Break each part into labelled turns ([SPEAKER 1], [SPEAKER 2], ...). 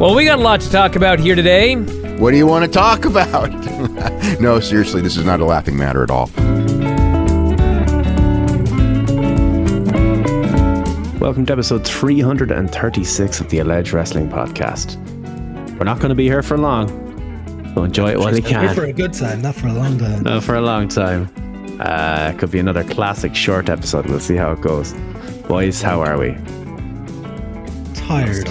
[SPEAKER 1] Well, we got a lot to talk about here today.
[SPEAKER 2] What do you want to talk about? no, seriously, this is not a laughing matter at all.
[SPEAKER 3] Welcome to episode 336 of the Alleged Wrestling Podcast. We're not going to be here for long, so enjoy it while you
[SPEAKER 4] Here for
[SPEAKER 3] can.
[SPEAKER 4] a good time, not for a long time.
[SPEAKER 3] No, for a long time. Uh, could be another classic short episode. We'll see how it goes. Boys, how are we?
[SPEAKER 4] Tired.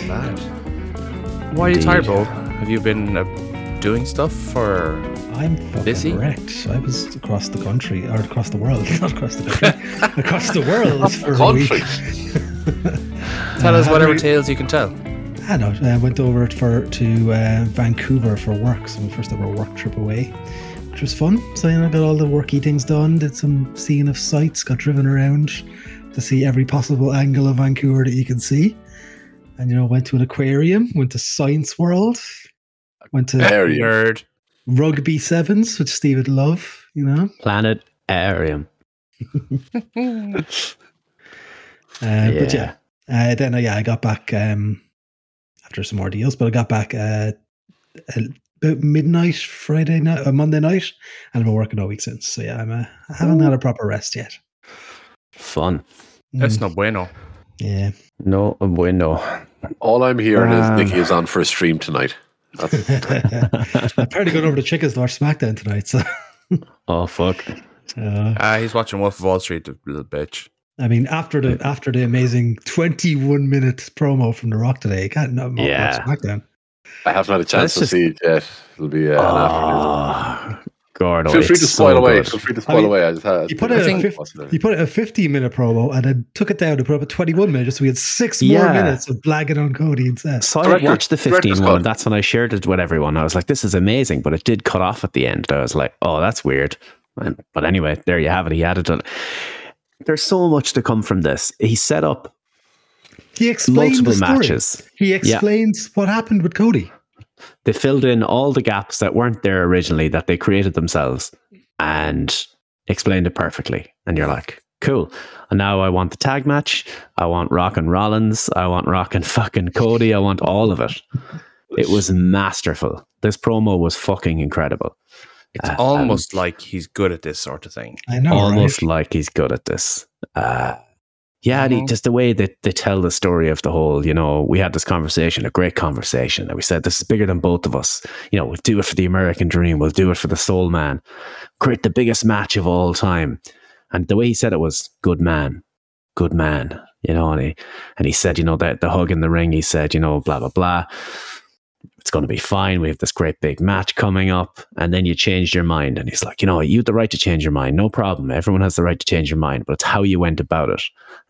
[SPEAKER 5] Why are you tired,
[SPEAKER 3] Indeed.
[SPEAKER 5] Bob? Have you been uh, doing stuff for?
[SPEAKER 4] I'm fucking
[SPEAKER 5] Busy?
[SPEAKER 4] wrecked. I was across the country, or across the world, not across the country, across the world for a week.
[SPEAKER 5] Tell us
[SPEAKER 4] how do
[SPEAKER 5] whatever
[SPEAKER 4] you-
[SPEAKER 5] tales you can tell.
[SPEAKER 4] I know. I went over for to uh, Vancouver for work, so my first ever work trip away, which was fun. So you know, got all the worky things done, did some seeing of sights, got driven around to see every possible angle of Vancouver that you can see, and you know, went to an aquarium, went to Science World, went to
[SPEAKER 5] Nerd.
[SPEAKER 4] rugby sevens, which Steve would love, you know.
[SPEAKER 3] Planet Arium.
[SPEAKER 4] Uh, But
[SPEAKER 3] Yeah.
[SPEAKER 4] yeah, uh, then uh, yeah, I got back um, after some ordeals, but I got back uh, about midnight Friday night, uh, Monday night, and I've been working all week since. So yeah, I'm uh, I haven't had a proper rest yet.
[SPEAKER 3] Fun.
[SPEAKER 5] That's
[SPEAKER 4] Mm,
[SPEAKER 5] no bueno.
[SPEAKER 4] yeah.
[SPEAKER 3] No window.
[SPEAKER 6] All I'm hearing
[SPEAKER 3] Ah.
[SPEAKER 6] is Nikki is on for a stream tonight. That's,
[SPEAKER 4] Apparently, going over to Chicken's Lord SmackDown tonight. So
[SPEAKER 3] oh, fuck.
[SPEAKER 4] uh,
[SPEAKER 5] Ah, he's watching Wolf of Wall Street, the little bitch.
[SPEAKER 4] I mean, after the after the amazing 21 minute promo from The Rock today, I can't not not
[SPEAKER 3] Yeah.
[SPEAKER 4] watch SmackDown.
[SPEAKER 6] I haven't had a
[SPEAKER 3] That's
[SPEAKER 6] chance to
[SPEAKER 3] just-
[SPEAKER 6] see it yet. It'll be uh, an afternoon.
[SPEAKER 3] Oh, Gordo.
[SPEAKER 6] Feel free
[SPEAKER 3] it's
[SPEAKER 6] to spoil
[SPEAKER 3] so
[SPEAKER 6] away.
[SPEAKER 3] good.
[SPEAKER 6] Feel free to
[SPEAKER 4] I
[SPEAKER 6] spoil
[SPEAKER 4] mean,
[SPEAKER 6] away. I just had,
[SPEAKER 4] you put
[SPEAKER 6] I
[SPEAKER 4] a
[SPEAKER 6] think-
[SPEAKER 4] fif- You put a 15 minute promo and then took it down to put up a 21 minute, so we had six more
[SPEAKER 3] Yeah.
[SPEAKER 4] minutes of blagging on Cody and Seth.
[SPEAKER 3] So
[SPEAKER 6] Director-
[SPEAKER 3] I watched the 15
[SPEAKER 6] director's
[SPEAKER 3] one.
[SPEAKER 6] cut.
[SPEAKER 3] That's when I shared it with everyone. I was like, this is amazing, but it did cut off at the end. I was like, oh, that's weird. And, but anyway, there you have it. He added it. There's so much to come from this. He set up
[SPEAKER 4] He explained
[SPEAKER 3] multiple
[SPEAKER 4] the story.
[SPEAKER 3] matches.
[SPEAKER 4] He explains what happened with Cody.
[SPEAKER 3] They filled in all the gaps that weren't there originally that they created themselves and explained it perfectly. And you're like, cool. And now I want the tag match. I want Rock and Rollins. I want Rock and fucking Cody. I want all of it. It was masterful. This promo was fucking incredible.
[SPEAKER 5] It's
[SPEAKER 3] Ah, um,
[SPEAKER 5] almost like he's good at this sort of thing.
[SPEAKER 4] I know,
[SPEAKER 3] almost like he's good at this. Uh, yeah, and he-
[SPEAKER 5] Mhm.
[SPEAKER 3] just the way that they tell the story of the whole, you know, we had this conversation, a great conversation, and we said, this is bigger than both of us. You know, we'll do it for the American dream, we'll do it for the soul man, create the biggest match of all time. And the way he said it was, good man, good man, you know, and he, and he said, you know, that the hug in the ring, he said, you know, blah, blah, blah. It's going to be fine. We have this great big match coming up. And then you changed your mind. And he's like, you know, you have the right to change your mind. No problem. Everyone has the right to change your mind, but it's how you went about it.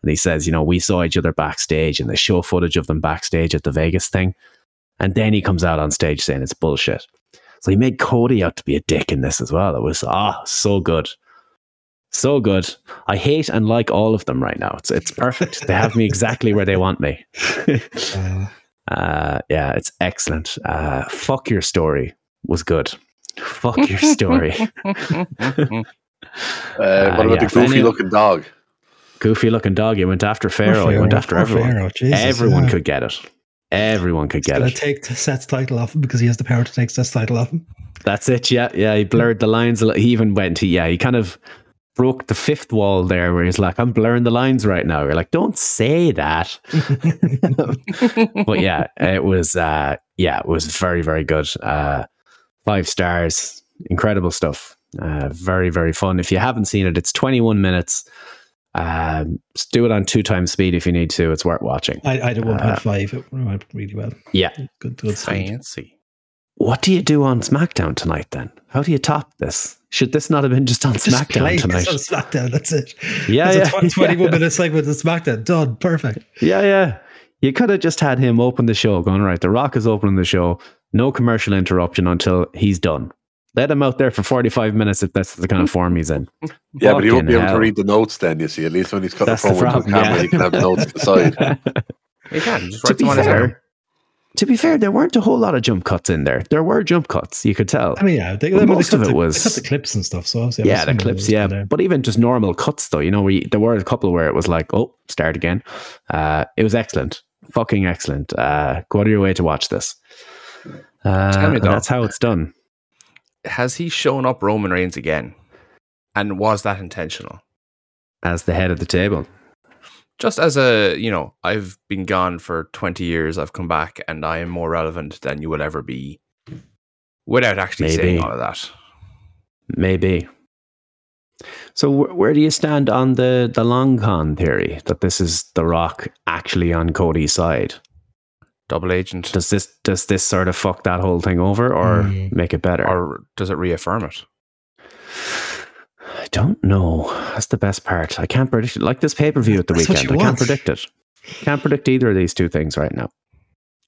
[SPEAKER 3] And he says, you know, we saw each other backstage and they show footage of them backstage at the Vegas thing. And then he comes out on stage saying it's bullshit. So he made Cody out to be a dick in this as well. It was, ah, so good. So good. I hate and like all of them right now. It's, it's perfect. they have me exactly where they want me.
[SPEAKER 4] Uh,
[SPEAKER 3] Uh, yeah, it's excellent. Uh, fuck your story was good. Fuck your story.
[SPEAKER 6] Uh, what
[SPEAKER 3] Uh,
[SPEAKER 6] about
[SPEAKER 3] yeah,
[SPEAKER 6] the
[SPEAKER 3] if any-
[SPEAKER 6] goofy looking dog?
[SPEAKER 3] Goofy looking dog. He went after Pharaoh. He went after
[SPEAKER 4] poor
[SPEAKER 3] everyone.
[SPEAKER 4] Pharaoh, Jesus,
[SPEAKER 3] everyone
[SPEAKER 4] yeah.
[SPEAKER 3] could get it. Everyone could
[SPEAKER 4] He's
[SPEAKER 3] get
[SPEAKER 4] gonna
[SPEAKER 3] it.
[SPEAKER 4] take Seth's title off him because he has the power to take Seth's title off him.
[SPEAKER 3] That's it. Yeah, yeah. He blurred the lines. a lot. He even went. He, yeah, he kind of broke the fifth wall there, where he's like, "I'm blurring the lines right now." You're like, "Don't say that." but yeah, it was. Uh, yeah, it was very, very good. Uh, five stars. Incredible stuff. Uh, very, very fun. If you haven't seen it, it's 21 minutes. Um, s- do it on two times speed if you need to. It's worth watching.
[SPEAKER 4] I, I did
[SPEAKER 3] Uh,
[SPEAKER 4] 1.5. It went really well.
[SPEAKER 3] Yeah.
[SPEAKER 4] Good, good speed.
[SPEAKER 5] Fancy.
[SPEAKER 3] What do you do on SmackDown tonight? Then how do you top this? Should this not have been just on
[SPEAKER 4] Just play
[SPEAKER 3] SmackDown
[SPEAKER 4] this
[SPEAKER 3] tonight?
[SPEAKER 4] on SmackDown. That's it.
[SPEAKER 3] Yeah,
[SPEAKER 4] That's
[SPEAKER 3] yeah,
[SPEAKER 4] a tw- 21
[SPEAKER 3] yeah.
[SPEAKER 4] minute segment of SmackDown. Done. Perfect.
[SPEAKER 3] Yeah, yeah. You could have just had him open the show, going, right, The Rock is opening the show, no commercial interruption until he's done. Let him out there for 45 minutes if that's the kind of form he's in.
[SPEAKER 6] Yeah, but he won't be
[SPEAKER 3] Fucking
[SPEAKER 6] able to
[SPEAKER 3] hell.
[SPEAKER 6] read the notes then, you see. At least when he's cut
[SPEAKER 3] That's
[SPEAKER 6] the
[SPEAKER 3] the
[SPEAKER 6] promo
[SPEAKER 3] problem.
[SPEAKER 6] to the camera,
[SPEAKER 3] yeah.
[SPEAKER 6] he can have notes to the side.
[SPEAKER 5] He can just
[SPEAKER 3] to
[SPEAKER 5] write
[SPEAKER 3] be
[SPEAKER 5] them on his arm.
[SPEAKER 3] fair, to be fair, there weren't a whole lot of jump cuts in there. There were jump cuts, you could tell.
[SPEAKER 4] I mean, yeah. They,
[SPEAKER 3] Well,
[SPEAKER 4] I mean, they
[SPEAKER 3] most
[SPEAKER 4] cut
[SPEAKER 3] of it
[SPEAKER 4] the,
[SPEAKER 3] was-
[SPEAKER 4] They cut the clips and stuff. So obviously,
[SPEAKER 3] yeah, the clips, yeah. But even just normal cuts, though, you know, we there were a couple where it was like, oh, start again. Uh, it was excellent. Fucking excellent. Uh, go out of your way to watch this. Uh,
[SPEAKER 5] Tell me,
[SPEAKER 3] and
[SPEAKER 5] Dom.
[SPEAKER 3] that's how it's done.
[SPEAKER 5] Has he shown up Roman Reigns again? And was that intentional?
[SPEAKER 3] As the head of the table.
[SPEAKER 5] Just as a, you know, I've been gone for 20 years, I've come back, and I am more relevant than you will ever be without actually saying
[SPEAKER 3] Maybe.
[SPEAKER 5] all of that.
[SPEAKER 3] Maybe. So, wh- where do you stand on the the long con theory that this is The Rock actually on Cody's side?
[SPEAKER 5] Double agent.
[SPEAKER 3] Does this does this sort of fuck that whole thing over or
[SPEAKER 4] Hmm.
[SPEAKER 3] make it better?
[SPEAKER 5] Or does it reaffirm it?
[SPEAKER 3] I don't know. That's the best part. I can't predict it. Like this pay per view at the
[SPEAKER 4] That's what
[SPEAKER 3] weekend,
[SPEAKER 4] you
[SPEAKER 3] I can't
[SPEAKER 4] want.
[SPEAKER 3] predict it. Can't predict either of these two things right now.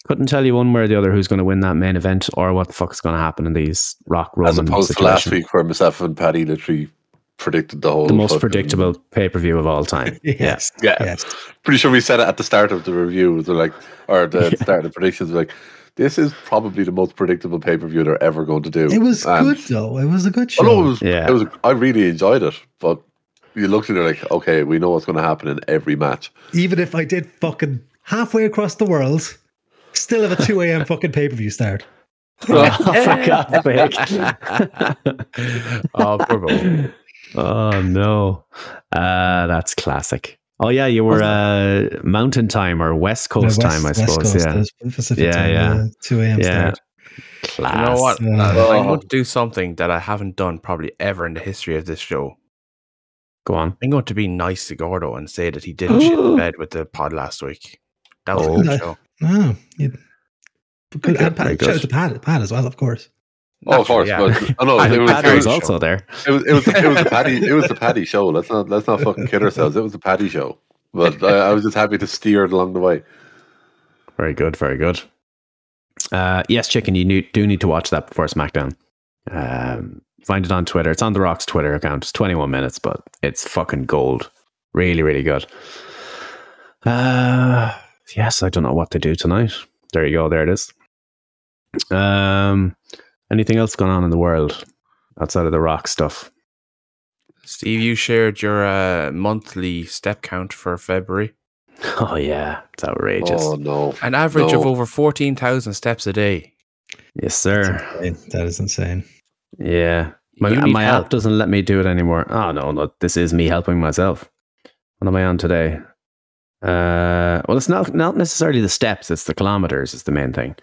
[SPEAKER 3] Couldn't tell you one way or the other who's going to win that main event or what the fuck's going to happen in these Rock Roman
[SPEAKER 6] As opposed to last
[SPEAKER 3] situation.
[SPEAKER 6] week where myself and Paddy literally predicted the whole
[SPEAKER 3] The most
[SPEAKER 6] fucking-
[SPEAKER 3] predictable pay per view of all time.
[SPEAKER 4] Yes.
[SPEAKER 6] Yeah.
[SPEAKER 4] Yes.
[SPEAKER 6] Pretty sure we said it at the start of the review. They're like, or the start of the predictions. We're like, this is probably the most predictable pay per view they're ever going to do.
[SPEAKER 4] It was
[SPEAKER 3] Um,
[SPEAKER 6] And-
[SPEAKER 4] good though. It was a good show.
[SPEAKER 6] Although it was,
[SPEAKER 3] Yeah.
[SPEAKER 6] it was, I really enjoyed it, but you looked at it like, okay, we know what's going to happen in every match.
[SPEAKER 4] Even if I did fucking halfway across the world, still have a 2 a.m. fucking pay per view start.
[SPEAKER 3] Oh, for God's sake.
[SPEAKER 5] Oh, poor Bo.
[SPEAKER 3] oh no. Uh, that's classic. Oh yeah, you were uh, mountain time or West Coast
[SPEAKER 4] Yeah,
[SPEAKER 3] time, I
[SPEAKER 4] West-
[SPEAKER 3] suppose.
[SPEAKER 4] West Coast
[SPEAKER 3] yeah.
[SPEAKER 4] is Pacific
[SPEAKER 3] Yeah,
[SPEAKER 4] time,
[SPEAKER 3] yeah.
[SPEAKER 4] uh, 2 a.m.
[SPEAKER 3] Yeah.
[SPEAKER 4] start.
[SPEAKER 5] You know what?
[SPEAKER 4] Yeah.
[SPEAKER 5] Uh, I'm
[SPEAKER 6] Oh.
[SPEAKER 5] going to do something that I haven't done probably ever in the history of this show.
[SPEAKER 3] Go on.
[SPEAKER 5] I'm going to be nice to Gordo and say that he didn't shit the bed with the pod last week. That was a
[SPEAKER 4] Oh.
[SPEAKER 5] good show.
[SPEAKER 4] Oh, you, good.
[SPEAKER 3] Okay,
[SPEAKER 4] And Pat,
[SPEAKER 3] very good.
[SPEAKER 4] shout out to Pat, Pat as well, of course.
[SPEAKER 6] Oh, of course.
[SPEAKER 5] Naturally,
[SPEAKER 6] But, oh, no,
[SPEAKER 3] I
[SPEAKER 6] it
[SPEAKER 3] think
[SPEAKER 6] was,
[SPEAKER 3] Paddy
[SPEAKER 6] it
[SPEAKER 3] was
[SPEAKER 6] was,
[SPEAKER 3] also there.
[SPEAKER 6] it was, it was, the- it was the Paddy, it was the Paddy show. Let's not, let's not fucking kid ourselves. It was the Paddy show. But I, I was just happy to steer it along the way.
[SPEAKER 3] Very good, very good. Uh, yes, chicken. You knew- do need to watch that before SmackDown. Um, find it on Twitter. It's on The Rock's Twitter account. It's 21 minutes, but it's fucking gold. Really, really good. Uh, yes, I don't know what to do tonight. There you go. There it is. Um, anything else going on in the world outside of the Rock stuff?
[SPEAKER 5] Steve, you shared your uh, monthly step count for February.
[SPEAKER 3] Oh yeah, it's outrageous.
[SPEAKER 6] Oh, no.
[SPEAKER 5] An average of
[SPEAKER 6] No.
[SPEAKER 5] over 14,000 steps a day.
[SPEAKER 3] Yes, sir.
[SPEAKER 4] That is insane.
[SPEAKER 3] Yeah. My,
[SPEAKER 5] You need
[SPEAKER 3] my
[SPEAKER 5] help.
[SPEAKER 3] app doesn't let me do it anymore. Oh, no, no. This is me helping myself. What am I on today? Uh, well, it's not, not necessarily the steps, it's the kilometers is the main thing.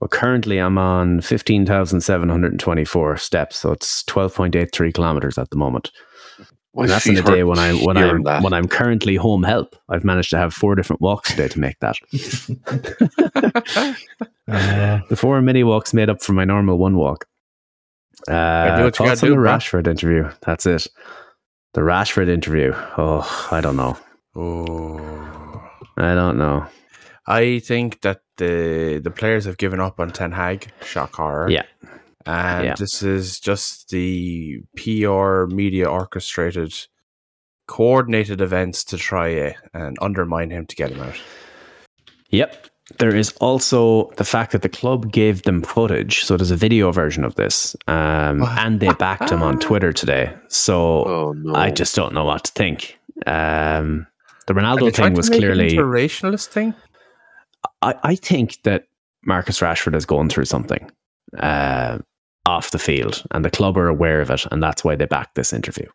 [SPEAKER 3] But currently, I'm on 15,724 steps. So it's 12.83 kilometers at the moment.
[SPEAKER 6] My
[SPEAKER 3] And that's in
[SPEAKER 6] feet
[SPEAKER 3] a day
[SPEAKER 6] hurt
[SPEAKER 3] when, I, when,
[SPEAKER 6] hearing
[SPEAKER 3] I'm,
[SPEAKER 6] that.
[SPEAKER 3] when I'm currently home help. I've managed to have four different walks today to make that.
[SPEAKER 4] Uh,
[SPEAKER 3] The four mini walks made up for my normal one walk.
[SPEAKER 5] do
[SPEAKER 3] Uh,
[SPEAKER 5] what you
[SPEAKER 3] thoughts
[SPEAKER 5] gotta
[SPEAKER 3] on the
[SPEAKER 5] do, bro.
[SPEAKER 3] Rashford interview? That's it. The Rashford interview. Oh, I don't know.
[SPEAKER 5] Oh.
[SPEAKER 3] I don't know.
[SPEAKER 5] I think that the the players have given up on Ten Hag. Shock horror.
[SPEAKER 3] Yeah.
[SPEAKER 5] And
[SPEAKER 3] Yeah.
[SPEAKER 5] this is just the PR media orchestrated, coordinated events to try uh, and undermine him to get him out.
[SPEAKER 3] Yep. There is also the fact that the club gave them footage, so there's a video version of this, um, and they backed him on Twitter today. So
[SPEAKER 6] Oh, no.
[SPEAKER 3] I just don't know what to think. Um, the Ronaldo
[SPEAKER 5] trying
[SPEAKER 3] thing
[SPEAKER 5] to
[SPEAKER 3] was
[SPEAKER 5] make it
[SPEAKER 3] clearly.
[SPEAKER 5] into a racialist thing.
[SPEAKER 3] I, I think that Marcus Rashford has gone through something uh, off the field, and the club are aware of it, and that's why they backed this interview.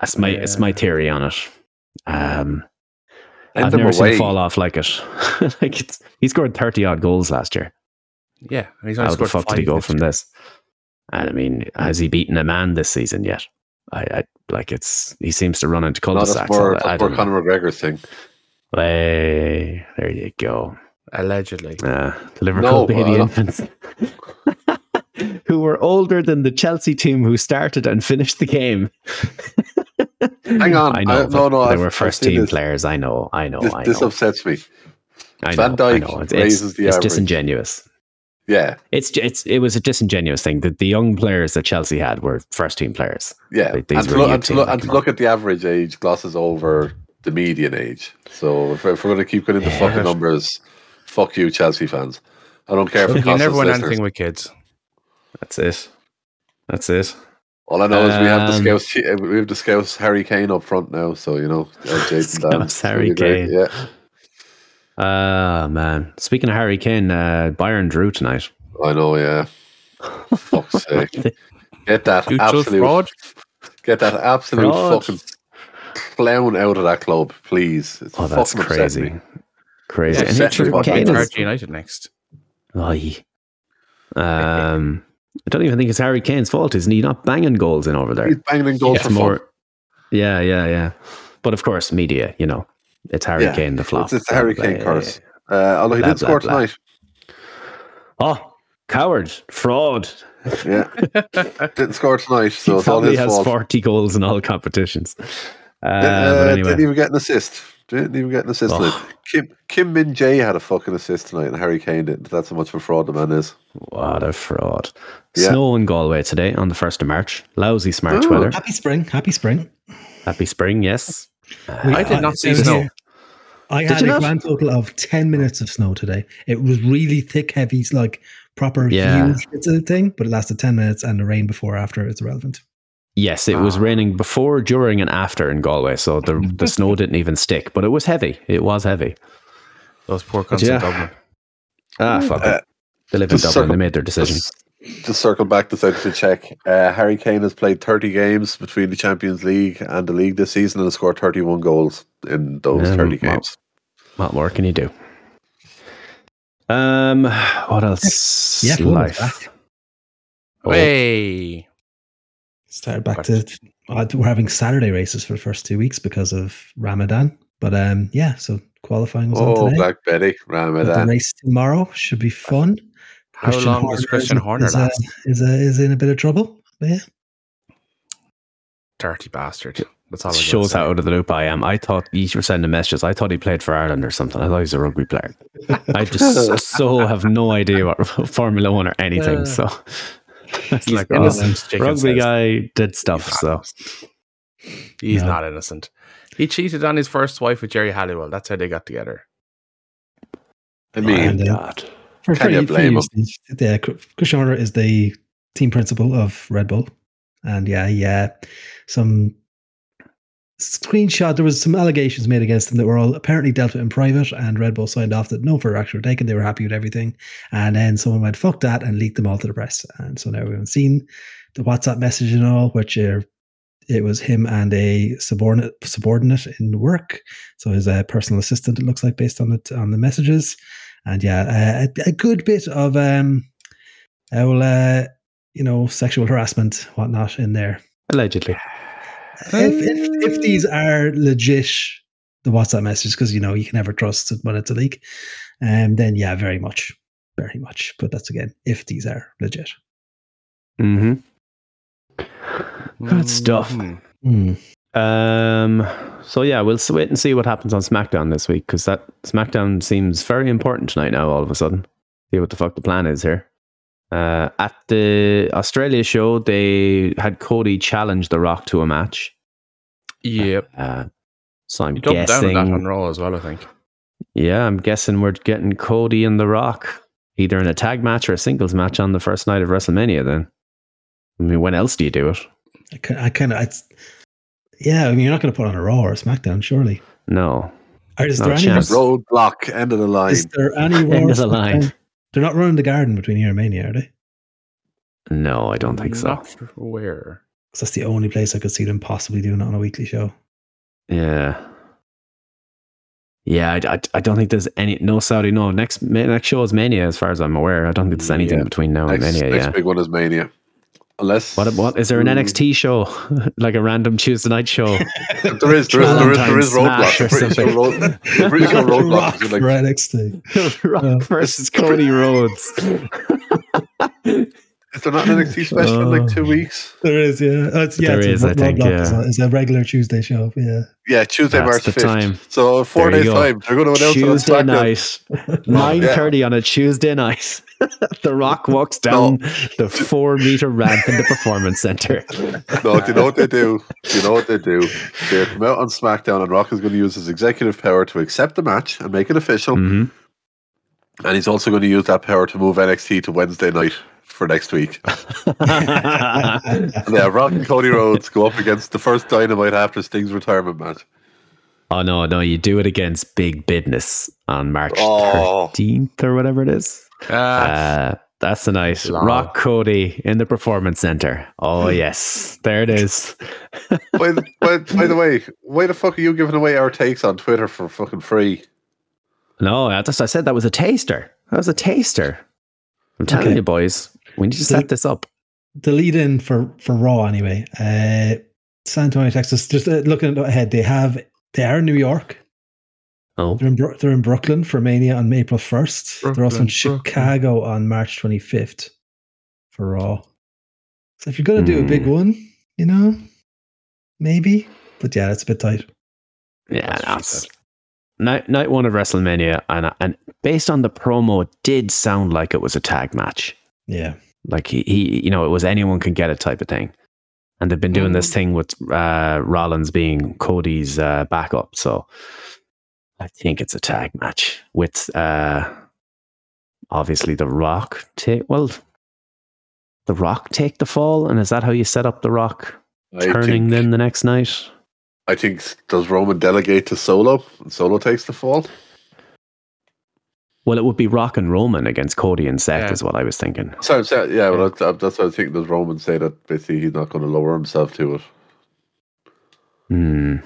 [SPEAKER 3] That's my it's my
[SPEAKER 5] Yeah.
[SPEAKER 3] theory on it. Um,
[SPEAKER 6] Send
[SPEAKER 3] I've
[SPEAKER 6] them
[SPEAKER 3] never seen
[SPEAKER 6] away.
[SPEAKER 3] a fall off like it. like it's, he scored thirty odd goals last year.
[SPEAKER 5] Yeah, and he's only
[SPEAKER 3] How the
[SPEAKER 5] scored
[SPEAKER 3] fuck did he
[SPEAKER 5] five
[SPEAKER 3] go
[SPEAKER 5] this
[SPEAKER 3] from
[SPEAKER 5] year.
[SPEAKER 3] this? And I mean, has he beaten a man this season yet? I, I like it's he seems to run into
[SPEAKER 6] no, that's
[SPEAKER 3] cul-de-sacs.
[SPEAKER 6] more,
[SPEAKER 3] I, I
[SPEAKER 6] that's more
[SPEAKER 3] don't know.
[SPEAKER 6] Conor McGregor's thing.
[SPEAKER 3] Hey, there you go.
[SPEAKER 5] Allegedly,
[SPEAKER 3] Uh, the Liverpool
[SPEAKER 6] No,
[SPEAKER 3] baby
[SPEAKER 6] uh,
[SPEAKER 3] infants. who were older than the Chelsea team who started and finished the game.
[SPEAKER 6] Hang on,
[SPEAKER 3] I know.
[SPEAKER 6] I-
[SPEAKER 3] but
[SPEAKER 6] no, no,
[SPEAKER 3] They
[SPEAKER 6] I've-
[SPEAKER 3] were
[SPEAKER 6] I've
[SPEAKER 3] 1st
[SPEAKER 6] seen
[SPEAKER 3] team
[SPEAKER 6] this.
[SPEAKER 3] players. I know. I know.
[SPEAKER 6] This,
[SPEAKER 3] I know.
[SPEAKER 6] this upsets me.
[SPEAKER 3] I know.
[SPEAKER 6] Van
[SPEAKER 3] I
[SPEAKER 6] Dijk
[SPEAKER 3] know. It's,
[SPEAKER 6] raises the
[SPEAKER 3] it's
[SPEAKER 6] average.
[SPEAKER 3] disingenuous.
[SPEAKER 6] Yeah,
[SPEAKER 3] It's it's it was a disingenuous thing that the young players that Chelsea had were first team players.
[SPEAKER 6] yeah.
[SPEAKER 3] Like, these
[SPEAKER 6] and to,
[SPEAKER 3] were
[SPEAKER 6] look,
[SPEAKER 3] new
[SPEAKER 6] and, to
[SPEAKER 3] teams
[SPEAKER 6] look,
[SPEAKER 3] that
[SPEAKER 6] and
[SPEAKER 3] come
[SPEAKER 6] to
[SPEAKER 3] up.
[SPEAKER 6] look at the average age, glosses over the median age. So if, if we're going to keep going into
[SPEAKER 3] Yeah.
[SPEAKER 6] fucking numbers, fuck you, Chelsea fans. I don't care if it
[SPEAKER 5] you
[SPEAKER 6] costs
[SPEAKER 5] never
[SPEAKER 6] us
[SPEAKER 5] win
[SPEAKER 6] listeners.
[SPEAKER 5] anything with kids.
[SPEAKER 3] That's it. That's it.
[SPEAKER 6] All I know is we have the
[SPEAKER 3] Um,
[SPEAKER 6] scouts. We have the scouts Harry Kane up front now. So you know, uh, Jadon
[SPEAKER 3] Scouts
[SPEAKER 6] Dance,
[SPEAKER 3] Harry
[SPEAKER 6] really great,
[SPEAKER 3] Kane.
[SPEAKER 6] Yeah,
[SPEAKER 3] Ah, man. Speaking of Harry Kane, uh, Byron drew tonight.
[SPEAKER 6] I know, yeah. Fuck's sake. Get that
[SPEAKER 5] Mutual
[SPEAKER 6] absolute
[SPEAKER 5] fraud.
[SPEAKER 6] Get that absolute
[SPEAKER 3] Fraud.
[SPEAKER 6] fucking clown out of that club, please. It's
[SPEAKER 3] Oh, that's
[SPEAKER 6] fucking upsetting
[SPEAKER 3] crazy.
[SPEAKER 6] me.
[SPEAKER 3] Crazy.
[SPEAKER 6] Yeah,
[SPEAKER 3] And
[SPEAKER 6] set
[SPEAKER 3] Richard
[SPEAKER 6] me
[SPEAKER 3] Kane
[SPEAKER 6] back.
[SPEAKER 3] is-
[SPEAKER 5] Charge United next.
[SPEAKER 3] Aye. Um, I don't even think it's Harry Kane's fault, isn't he? Not banging goals in over there.
[SPEAKER 6] He's banging in goals
[SPEAKER 3] It's
[SPEAKER 6] for more.
[SPEAKER 3] Yeah, yeah, yeah. But of course, media. You know, it's Harry
[SPEAKER 6] Yeah,
[SPEAKER 3] Kane the flop.
[SPEAKER 6] It's, it's the Harry Kane
[SPEAKER 3] Uh,
[SPEAKER 6] curse. Uh, although he
[SPEAKER 3] blah,
[SPEAKER 6] did
[SPEAKER 3] blah,
[SPEAKER 6] score
[SPEAKER 3] blah.
[SPEAKER 6] tonight.
[SPEAKER 3] Oh, coward, fraud.
[SPEAKER 6] Yeah. didn't score
[SPEAKER 3] he
[SPEAKER 6] tonight, so it's all
[SPEAKER 3] probably
[SPEAKER 6] his
[SPEAKER 3] has
[SPEAKER 6] fault.
[SPEAKER 3] forty goals in all competitions. Uh,
[SPEAKER 6] Uh,
[SPEAKER 3] but
[SPEAKER 6] Didn't
[SPEAKER 3] anyway,
[SPEAKER 6] even get an assist. Didn't even get an assist
[SPEAKER 3] Oh.
[SPEAKER 6] tonight. Kim Kim Min Jae had a fucking assist tonight, and Harry Kane didn't. That's how much of a fraud the man is.
[SPEAKER 3] what a fraud!
[SPEAKER 6] Yeah.
[SPEAKER 3] Snow in Galway today on the first of March. Lousy smart
[SPEAKER 6] Oh.
[SPEAKER 3] weather.
[SPEAKER 4] Happy spring. Happy spring.
[SPEAKER 3] Happy spring, yes.
[SPEAKER 4] We-
[SPEAKER 5] I did not see
[SPEAKER 4] it was
[SPEAKER 5] snow.
[SPEAKER 4] here. I
[SPEAKER 3] Did
[SPEAKER 4] had
[SPEAKER 3] you
[SPEAKER 4] a
[SPEAKER 3] not?
[SPEAKER 4] grand total of 10 minutes of snow today. It was really thick, heavy, like proper
[SPEAKER 3] Yeah.
[SPEAKER 4] huge bits of thing, but it lasted 10 minutes and the rain before or after is irrelevant.
[SPEAKER 3] Yes, it was
[SPEAKER 5] Ah.
[SPEAKER 3] raining before, during, and after in Galway, so the the snow didn't even stick. But it was heavy. It was heavy.
[SPEAKER 5] Those poor
[SPEAKER 3] But
[SPEAKER 5] cunts
[SPEAKER 3] yeah.
[SPEAKER 5] in Dublin.
[SPEAKER 3] Ah, fuck
[SPEAKER 6] Uh,
[SPEAKER 3] it. They live in
[SPEAKER 6] just
[SPEAKER 3] Dublin.
[SPEAKER 6] circle-
[SPEAKER 3] they made their decision.
[SPEAKER 6] Just, just circle back decided to check. Uh, Harry Kane has played 30 games between the Champions League and the league this season and has scored 31 goals in those
[SPEAKER 3] Yeah,
[SPEAKER 6] 30
[SPEAKER 3] well,
[SPEAKER 6] games.
[SPEAKER 3] What more can you do? Um, what else?
[SPEAKER 4] Yeah, Fulham's
[SPEAKER 3] life.
[SPEAKER 4] back.
[SPEAKER 3] Oh,
[SPEAKER 5] Hey,
[SPEAKER 4] Started back to, uh, we're having Saturday races for the first two weeks because of Ramadan. But um, yeah, so qualifying was on
[SPEAKER 6] Oh,
[SPEAKER 4] today.
[SPEAKER 6] Black Betty,
[SPEAKER 4] Got the
[SPEAKER 6] Ramadan.
[SPEAKER 4] race tomorrow should be fun.
[SPEAKER 5] how long does Christian Horner
[SPEAKER 4] is, uh,
[SPEAKER 5] last?
[SPEAKER 4] is, uh, is in a bit of trouble. But yeah,
[SPEAKER 5] Dirty bastard. That's all. I
[SPEAKER 3] it
[SPEAKER 5] gotta
[SPEAKER 3] shows
[SPEAKER 5] say.
[SPEAKER 3] how out of the loop I am. I thought you were sending messages. I thought he played for Ireland or something. I thought he was a rugby player. I just so have no idea what Formula One or anything. So
[SPEAKER 5] It's
[SPEAKER 3] He's
[SPEAKER 5] like
[SPEAKER 3] innocent.
[SPEAKER 5] innocent. Chicken
[SPEAKER 3] oh, rugby
[SPEAKER 5] says.
[SPEAKER 3] guy did stuff.
[SPEAKER 5] He's
[SPEAKER 3] So
[SPEAKER 5] not He's
[SPEAKER 4] No.
[SPEAKER 5] not innocent. He cheated on his first wife with Jerry Halliwell. That's how they got together.
[SPEAKER 6] I mean,
[SPEAKER 4] And, uh,
[SPEAKER 3] God.
[SPEAKER 4] for,
[SPEAKER 6] Can you blame him?
[SPEAKER 4] Steve, Yeah, Cr- Christian Horner is the team principal of Red Bull, and yeah, yeah, some screenshot. There was some allegations made against him that were all apparently dealt with in private, and Red Bull signed off that no further action were taken. They were happy with everything, and then someone went fuck that and leaked them all to the press, and so now we've seen the WhatsApp message and all, which are. It was him and a subordinate subordinate in work, so his uh, personal assistant. It looks like based on it on the messages, and yeah, uh, a, a good bit of um, uh, well, uh, you know, sexual harassment, whatnot, in there.
[SPEAKER 3] Allegedly.
[SPEAKER 4] If if,
[SPEAKER 3] Uh.
[SPEAKER 4] if these are legit, the WhatsApp messages, because you know you can never trust it when it's a leak, um, then yeah, very much, very much. But that's again, if these are legit.
[SPEAKER 3] Mm-hmm. Good stuff.
[SPEAKER 5] Mhm.
[SPEAKER 3] Hmm. Um. So yeah, we'll s- wait and see what happens on SmackDown this week because that SmackDown seems very important tonight. Now all of a sudden, see what the fuck the plan is here. Uh, at the Australia show, they had Cody challenge The Rock to a match.
[SPEAKER 5] Yep.
[SPEAKER 3] Uh, so I'm
[SPEAKER 5] He doubled
[SPEAKER 3] guessing,
[SPEAKER 5] down on that on Raw as well, I think.
[SPEAKER 3] yeah, I'm guessing we're getting Cody and The Rock either in a tag match or a singles match on the first night of WrestleMania. Then, I mean, when else do you do it?
[SPEAKER 4] I kind, I kind of, yeah. I mean, you're not going to put on a Raw or a SmackDown, surely.
[SPEAKER 3] No,
[SPEAKER 4] Or is
[SPEAKER 3] No
[SPEAKER 4] there any?
[SPEAKER 3] chance.
[SPEAKER 6] roadblock, end of the line.
[SPEAKER 4] Is there any Raw?
[SPEAKER 3] end
[SPEAKER 4] or
[SPEAKER 3] of the line.
[SPEAKER 4] SmackDown? They're not running the garden between here and Mania, are they?
[SPEAKER 3] No, I don't think so.
[SPEAKER 5] Not sure where?
[SPEAKER 4] 'Cause that's the only place I could see them possibly doing it on a weekly show.
[SPEAKER 3] Yeah. Yeah, I, I, I don't think there's any no Saudi no next ma- next show is Mania as far as I'm aware. I don't think there's anything
[SPEAKER 6] Yeah.
[SPEAKER 3] between now
[SPEAKER 6] next
[SPEAKER 3] and Oh, Mania.
[SPEAKER 6] next
[SPEAKER 3] yeah.
[SPEAKER 6] big one is Mania. Unless
[SPEAKER 3] What what is there an
[SPEAKER 6] Hmm.
[SPEAKER 3] NXT show like a random Tuesday night show?
[SPEAKER 6] There is, there is, there is, there is
[SPEAKER 3] Valentine's
[SPEAKER 6] roadblock. I'm pretty
[SPEAKER 3] Smash or
[SPEAKER 6] sure road, I'm pretty sure roadblock
[SPEAKER 4] Rock
[SPEAKER 6] is
[SPEAKER 4] for
[SPEAKER 6] in, like
[SPEAKER 4] NXT.
[SPEAKER 3] Rock
[SPEAKER 4] Yeah.
[SPEAKER 3] versus Cody Rhodes.
[SPEAKER 6] Is there not an NXT special in
[SPEAKER 3] Oh.
[SPEAKER 6] like two weeks?
[SPEAKER 4] There is, yeah. Oh, it's, yeah
[SPEAKER 3] There
[SPEAKER 4] it's a
[SPEAKER 3] is, I
[SPEAKER 4] Roadblock
[SPEAKER 3] think,
[SPEAKER 4] is
[SPEAKER 3] yeah.
[SPEAKER 4] a- is a regular Tuesday show. Yeah.
[SPEAKER 6] Yeah, Tuesday,
[SPEAKER 3] That's
[SPEAKER 6] March
[SPEAKER 3] the
[SPEAKER 6] 5th.
[SPEAKER 3] time.
[SPEAKER 6] So in four
[SPEAKER 3] There you
[SPEAKER 6] days'
[SPEAKER 3] go.
[SPEAKER 6] time. They're going to announce it
[SPEAKER 3] Tuesday
[SPEAKER 6] on SmackDown.
[SPEAKER 3] night,
[SPEAKER 6] Oh,
[SPEAKER 3] nine thirty on a Tuesday night. the Rock walks down the four meter ramp in the performance center.
[SPEAKER 6] No, do you know what they do? Do you know what they do? They come out on SmackDown, and Rock is going to use his executive power to accept the match and make it official.
[SPEAKER 3] hmm
[SPEAKER 6] And he's also going to use that power to move NXT to Wednesday night for next week. And they have Rock and Cody Rhodes go up against the first Dynamite after Sting's retirement match.
[SPEAKER 3] Oh no, no, you do it against big business on March
[SPEAKER 6] Oh.
[SPEAKER 3] thirteenth or whatever it is.
[SPEAKER 5] Ah.
[SPEAKER 3] Uh, that's the night.
[SPEAKER 2] Lol.
[SPEAKER 3] Rock Cody in the performance center. Oh yes, there it is.
[SPEAKER 6] by, the, by, by the way, why the fuck are you giving away our takes on Twitter for fucking free?
[SPEAKER 3] No, I just I said that was a taster. That was a taster. I'm telling
[SPEAKER 4] Okay.
[SPEAKER 3] you, boys, we need to set this up.
[SPEAKER 4] the lead in for for Raw anyway. Uh, San Antonio, Texas. Just uh, looking ahead, they have they are in New York.
[SPEAKER 3] Oh,
[SPEAKER 4] They're in, Bro- they're in Brooklyn for Mania on April first. They're also in
[SPEAKER 2] Brooklyn, Brooklyn.
[SPEAKER 4] Chicago on March twenty fifth for Raw. So if you're gonna do a big
[SPEAKER 3] Hmm.
[SPEAKER 4] one, you know, maybe. But yeah, it's a bit tight.
[SPEAKER 3] yeah,
[SPEAKER 5] That's what she
[SPEAKER 3] that's
[SPEAKER 5] said.
[SPEAKER 3] night night one of WrestleMania, and and based on the promo, it did sound like it was a tag match.
[SPEAKER 4] Yeah,
[SPEAKER 3] Like he, he you know, it was anyone can get it type of thing. And they've been doing this thing with uh, Rollins being Cody's uh, backup. So I think it's a tag match with uh, obviously The Rock take, well, The Rock take the fall. And is that how you set up The Rock turning
[SPEAKER 6] think,
[SPEAKER 3] then the next night?
[SPEAKER 6] I think does Roman delegate to Solo and Solo takes the fall?
[SPEAKER 3] Well, it would be Rock and Roman against Cody and Seth,
[SPEAKER 5] Yeah.
[SPEAKER 3] is what I was thinking.
[SPEAKER 6] So, so- yeah, well, that's, uh, that's what I think. Does Roman say that basically he's not going to lower himself to it?
[SPEAKER 3] Hmm.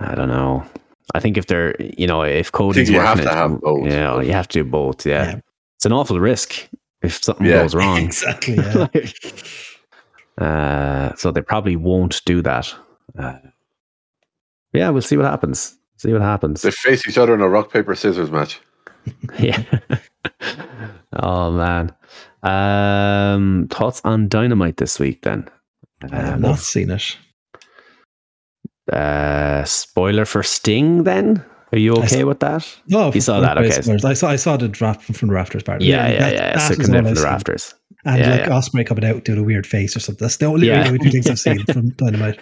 [SPEAKER 3] I don't know. I think if they're, you know, if Cody's
[SPEAKER 6] you
[SPEAKER 3] working
[SPEAKER 6] have
[SPEAKER 3] it,
[SPEAKER 6] to have both.
[SPEAKER 3] Yeah, you have to do both. Yeah,
[SPEAKER 4] Yeah.
[SPEAKER 3] it's an awful risk if something
[SPEAKER 6] Yeah.
[SPEAKER 3] goes wrong.
[SPEAKER 4] exactly. Yeah.
[SPEAKER 3] uh, so they probably won't do that. Uh, yeah, we'll see what happens. See what happens.
[SPEAKER 6] They face each other in a rock paper scissors match.
[SPEAKER 3] yeah. oh man. Um, thoughts on Dynamite this week then?
[SPEAKER 4] I have
[SPEAKER 3] Um,
[SPEAKER 4] Uh, not seen it.
[SPEAKER 3] Uh, spoiler for Sting. Then are you
[SPEAKER 4] I
[SPEAKER 3] okay
[SPEAKER 4] saw-
[SPEAKER 3] with that?
[SPEAKER 4] No,
[SPEAKER 3] You saw
[SPEAKER 4] from-
[SPEAKER 3] that,
[SPEAKER 4] from-
[SPEAKER 3] okay.
[SPEAKER 4] Oh, I saw I saw the draft from, from the rafters part.
[SPEAKER 3] Yeah, yeah, yeah.
[SPEAKER 4] that- that
[SPEAKER 3] So
[SPEAKER 4] is
[SPEAKER 3] condemned
[SPEAKER 4] all
[SPEAKER 3] from
[SPEAKER 4] I've
[SPEAKER 3] the
[SPEAKER 4] seen.
[SPEAKER 3] rafters.
[SPEAKER 4] And
[SPEAKER 3] Yeah,
[SPEAKER 4] like
[SPEAKER 3] yeah.
[SPEAKER 4] Osprey coming out doing a weird face or something. That's the only
[SPEAKER 3] Yeah.
[SPEAKER 4] the only two things I've seen from Dynamite.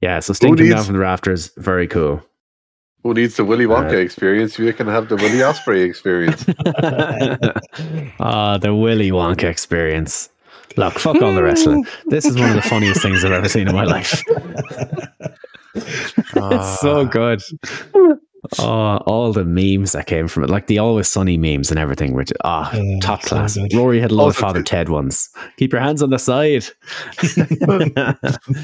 [SPEAKER 3] yeah, so Sting came down
[SPEAKER 6] needs-
[SPEAKER 3] from the rafters. Very cool.
[SPEAKER 6] Who needs the Willy Wonka
[SPEAKER 3] Uh,
[SPEAKER 6] experience? You can have the Willy Osprey experience.
[SPEAKER 3] Ah, the Willy Wonka experience. Look, fuck all the wrestling. This is one of the funniest things I've ever seen in my life.
[SPEAKER 4] Ah.
[SPEAKER 3] It's so
[SPEAKER 5] Ah,
[SPEAKER 3] good. Oh, all the memes that came from it, like the always sunny memes and everything, which ah,
[SPEAKER 4] Yeah,
[SPEAKER 3] top
[SPEAKER 4] so
[SPEAKER 3] class.
[SPEAKER 4] good.
[SPEAKER 3] Rory had a lot of
[SPEAKER 6] Also,
[SPEAKER 3] Father
[SPEAKER 6] the-
[SPEAKER 3] Ted ones. Keep your hands on the side.
[SPEAKER 6] what,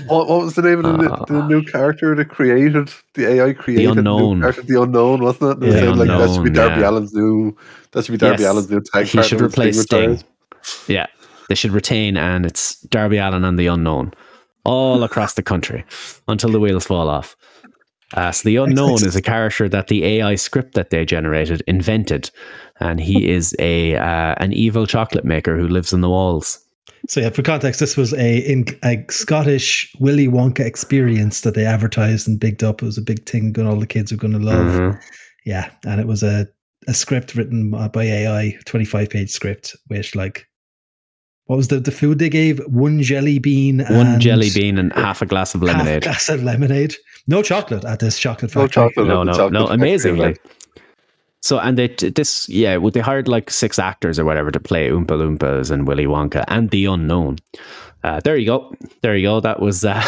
[SPEAKER 6] what was the name of the,
[SPEAKER 3] Uh,
[SPEAKER 6] the new character that created the AI created new
[SPEAKER 3] Unknown.
[SPEAKER 6] character, the unknown, wasn't it? They
[SPEAKER 4] Yeah.
[SPEAKER 6] said, like that should be
[SPEAKER 3] Unknown,
[SPEAKER 6] Darby
[SPEAKER 3] yeah.
[SPEAKER 6] Allen's new. That should be Darby
[SPEAKER 3] Yes.
[SPEAKER 6] Allen's new tag.
[SPEAKER 3] he
[SPEAKER 6] partner
[SPEAKER 3] should
[SPEAKER 6] when Sting
[SPEAKER 3] replace Sting.
[SPEAKER 6] retires.
[SPEAKER 3] Yeah, they should retain, and it's Darby Allen and the Unknown all across the country until the wheels fall off. Uh, so the Unknown is a character that the AI script that they generated invented, and he is a uh, an evil chocolate maker who lives in the walls.
[SPEAKER 4] So yeah, for context, this was a in a Scottish Willy Wonka experience that they advertised and bigged up. It was a big thing going all the kids were gonna love.
[SPEAKER 3] Mm-hmm.
[SPEAKER 4] Yeah. And it was a, a script written uh, by AI, twenty five page script, which like what was the, the food they gave? One jelly bean
[SPEAKER 3] One
[SPEAKER 4] and
[SPEAKER 3] jelly bean and half a glass of
[SPEAKER 4] half
[SPEAKER 3] lemonade.
[SPEAKER 4] glass of lemonade. No chocolate at this chocolate factory.
[SPEAKER 6] No chocolate.
[SPEAKER 3] no,
[SPEAKER 6] at the
[SPEAKER 3] no,
[SPEAKER 6] chocolate
[SPEAKER 3] no,
[SPEAKER 6] factory,
[SPEAKER 3] amazingly.
[SPEAKER 6] like,
[SPEAKER 3] So and they t- this yeah, well, they hired like six actors or whatever to play Oompa Loompas and Willy Wonka and the Unknown. Uh, there you go, there you go. That was uh,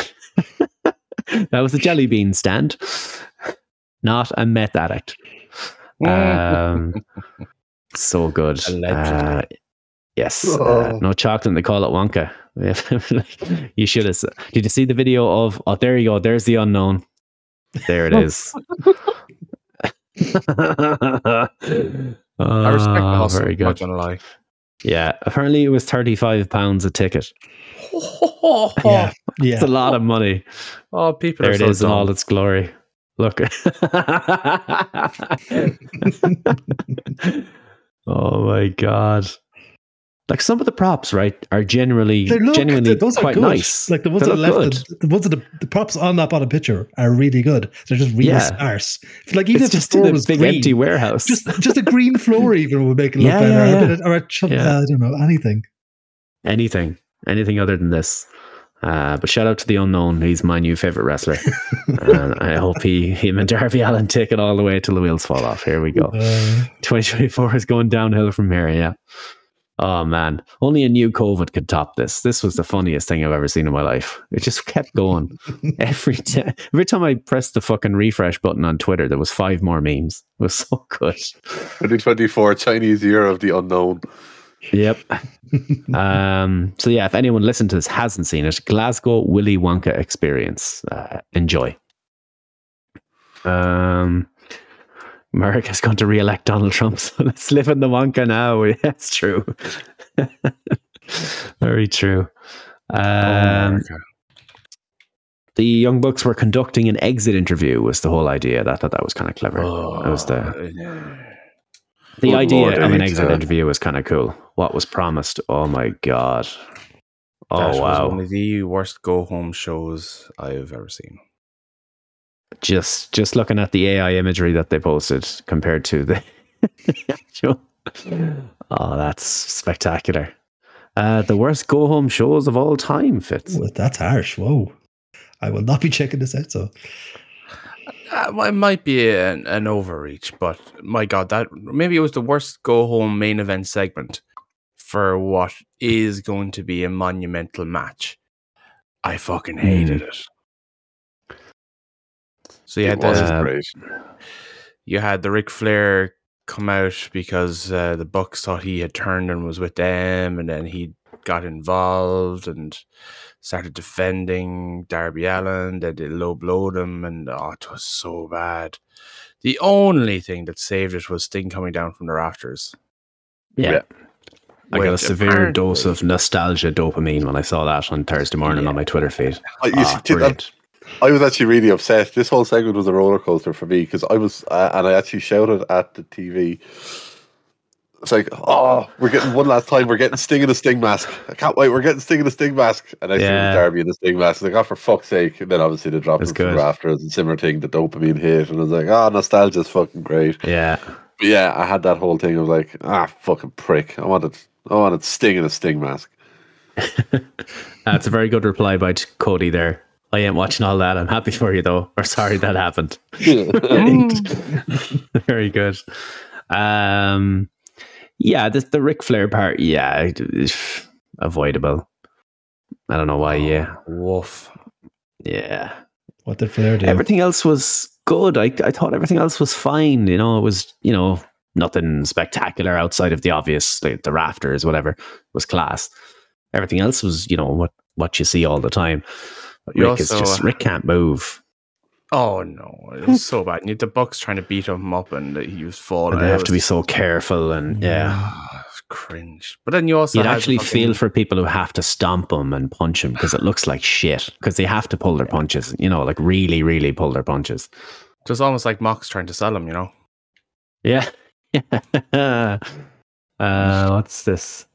[SPEAKER 3] that was the jelly bean stand, not a meth addict. Um, so good. Uh,
[SPEAKER 5] Allegedly.
[SPEAKER 3] yes, uh,
[SPEAKER 6] Oh.
[SPEAKER 3] no chocolate. They call it Wonka. you should have. s- Did you see the video of? Oh, there you go. There's the unknown. There it is.
[SPEAKER 5] I respect the
[SPEAKER 3] Ah,
[SPEAKER 5] hustle.
[SPEAKER 3] Very good.
[SPEAKER 5] Not gonna lie.
[SPEAKER 3] Yeah. Apparently, it was thirty-five pounds a ticket.
[SPEAKER 4] Yeah. Yeah.
[SPEAKER 3] It's a lot of money.
[SPEAKER 5] Oh, people
[SPEAKER 3] There
[SPEAKER 5] are
[SPEAKER 3] it
[SPEAKER 5] so
[SPEAKER 3] is in all
[SPEAKER 5] dumb.
[SPEAKER 3] its glory. Look. oh my god. Like some of the props, right, are generally
[SPEAKER 4] They look,
[SPEAKER 3] genuinely
[SPEAKER 4] th- those are
[SPEAKER 3] quite
[SPEAKER 4] good.
[SPEAKER 3] nice.
[SPEAKER 4] Like the ones
[SPEAKER 3] They
[SPEAKER 4] that
[SPEAKER 3] look
[SPEAKER 4] left, the, the ones that the, the props on that bottom picture are really good. They're just really
[SPEAKER 3] Yeah.
[SPEAKER 4] sparse. Like even
[SPEAKER 3] It's
[SPEAKER 4] if
[SPEAKER 3] just
[SPEAKER 4] the floor
[SPEAKER 3] in a
[SPEAKER 4] was
[SPEAKER 3] big
[SPEAKER 4] green,
[SPEAKER 3] empty warehouse.
[SPEAKER 4] just just a green floor even would make it look
[SPEAKER 3] Yeah,
[SPEAKER 4] better.
[SPEAKER 3] yeah,
[SPEAKER 4] Or,
[SPEAKER 3] yeah.
[SPEAKER 4] a bit of- or a chub,
[SPEAKER 3] Yeah.
[SPEAKER 4] uh, I don't know anything.
[SPEAKER 3] anything, anything other than this. Uh, but shout out to the unknown. He's my new favorite wrestler, and I hope he him and Darby Allen take it all Oh. the way till the wheels fall off. Here we go.
[SPEAKER 4] Uh,
[SPEAKER 3] 2024 is going downhill from here. Yeah. Oh man, only a new COVID could top this. This was the funniest thing I've ever seen in my life. It just kept going. every time, every time I pressed the fucking refresh button on Twitter, there was five more memes. It was so good.
[SPEAKER 6] 2024 Chinese Year of the Unknown.
[SPEAKER 3] Yep. um, so yeah, if anyone listening to this hasn't seen it, Glasgow Willy Wonka Experience. Uh, enjoy. Um, America's going to re-elect Donald Trump, so let's live in the Wonka now. That's true. Very true.
[SPEAKER 5] Oh
[SPEAKER 3] Um, the Young Bucks were conducting an exit interview. Was the whole idea? I thought that was kind of clever. that was
[SPEAKER 5] Oh.
[SPEAKER 3] the the
[SPEAKER 6] Good
[SPEAKER 3] idea
[SPEAKER 6] lord,
[SPEAKER 3] of
[SPEAKER 6] I
[SPEAKER 3] an
[SPEAKER 6] need
[SPEAKER 3] exit
[SPEAKER 6] to-
[SPEAKER 3] interview was kind of cool. What was promised? Oh my god! Oh
[SPEAKER 5] That was one
[SPEAKER 3] wow!
[SPEAKER 5] of the worst go home shows I've ever seen.
[SPEAKER 3] Just just looking at the AI imagery that they posted compared to the actual. Oh, that's spectacular! Uh, the worst go home shows of all time, Fitz.
[SPEAKER 4] Ooh, that's harsh. Whoa. I will not be checking this out. So
[SPEAKER 5] Uh, well, it might be an, an overreach, but my God, that maybe it was the worst go home main event segment for what is going to be a monumental match. I fucking hated it. So yeah,
[SPEAKER 6] it was
[SPEAKER 5] the,
[SPEAKER 6] great.
[SPEAKER 5] you had the Ric Flair come out because uh, the Bucks thought he had turned and was with them, and then he got involved and started defending Darby Allen. They did low blowed him, and oh, it was so bad. The only thing that saved it was Sting coming down from the rafters.
[SPEAKER 3] Yeah.
[SPEAKER 6] Yeah.
[SPEAKER 3] I got a
[SPEAKER 5] Which
[SPEAKER 3] severe dose
[SPEAKER 5] apparently-
[SPEAKER 3] of nostalgia dopamine when I saw that on Thursday morning
[SPEAKER 5] Yeah.
[SPEAKER 3] on my Twitter feed.
[SPEAKER 6] I, you
[SPEAKER 3] Ah,
[SPEAKER 6] see, did that-
[SPEAKER 3] brilliant.
[SPEAKER 6] I was actually really upset. This whole segment was a roller coaster for me because I was, uh, and I actually shouted at the TV. It's like, oh, we're getting one last time. We're getting Sting in a Sting mask. I can't wait. We're getting Sting in a Sting mask. And I see
[SPEAKER 3] Yeah.
[SPEAKER 6] it was Darby in the Sting mask. I was like, oh, for fuck's sake. And then obviously the drop
[SPEAKER 3] That's
[SPEAKER 6] from the
[SPEAKER 3] good.
[SPEAKER 6] rafters and similar thing, the dopamine hit. And I was like, oh, nostalgia's fucking great.
[SPEAKER 3] Yeah.
[SPEAKER 6] But yeah, I had that whole thing of like, ah, fucking prick. I wanted, I wanted Sting in a Sting mask.
[SPEAKER 3] That's Ah, a very good reply by T- Cody there. I ain't watching all that. I'm happy for you though. Or sorry that happened. very good. Um, yeah, the, the Ric Flair part, yeah, it- it's avoidable. I don't know why. Yeah,
[SPEAKER 5] Woof.
[SPEAKER 3] yeah.
[SPEAKER 4] what did Flair do?
[SPEAKER 3] Everything else was good. I, I thought everything else was fine. You know, it was, you know, nothing spectacular outside of the obvious, like the rafters, whatever, was class. Everything else was, you know, what, what you see all the time.
[SPEAKER 5] You
[SPEAKER 3] Rick is
[SPEAKER 5] also-
[SPEAKER 3] just, Rick can't move.
[SPEAKER 5] Oh no, it was so bad. And you had the Bucks trying to beat him up, and he was falling.
[SPEAKER 3] And they
[SPEAKER 5] It
[SPEAKER 3] have to be
[SPEAKER 5] was-
[SPEAKER 3] so careful. And yeah,
[SPEAKER 5] it was cringe. But then you also
[SPEAKER 3] you'd
[SPEAKER 5] had the
[SPEAKER 3] actually
[SPEAKER 5] fucking-
[SPEAKER 3] feel for people who have to stomp them and punch them because it looks like shit because they have to pull their punches, you know, like really, really pull their punches.
[SPEAKER 5] It was almost like Mox trying to sell him, you know.
[SPEAKER 3] Yeah. uh, what's this?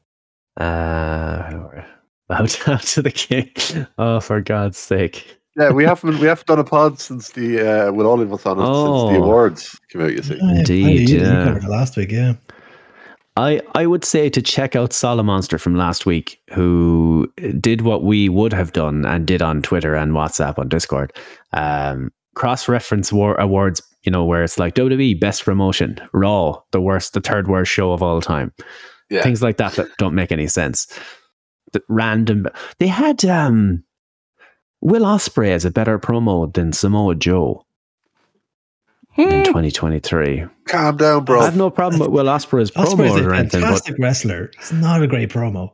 [SPEAKER 3] Uh, bow down to the king. Oh, for God's sake.
[SPEAKER 6] yeah, we haven't we haven't done a pod since the uh, with all of us on it since
[SPEAKER 3] Oh.
[SPEAKER 6] the awards came out. You see,
[SPEAKER 4] Yeah,
[SPEAKER 3] Indeed,
[SPEAKER 4] you- you
[SPEAKER 3] yeah.
[SPEAKER 4] covered it last week, yeah.
[SPEAKER 3] I, I would say to check out Solomonster from last week, who did what we would have done and did on Twitter and WhatsApp on Discord. Um, Cross reference war awards, you know, where it's like WWE best promotion, Raw the worst, the third worst show of all time,
[SPEAKER 6] Yeah.
[SPEAKER 3] things like that that don't make any sense. The random, they had um, Will Osprey as a better promo than Samoa Joe in 2023.
[SPEAKER 6] calm down, bro.
[SPEAKER 3] I have no problem with Will Osprey's
[SPEAKER 4] Osprey's
[SPEAKER 3] promos
[SPEAKER 4] a
[SPEAKER 3] or anything, but
[SPEAKER 4] fantastic wrestler. It's not a great promo.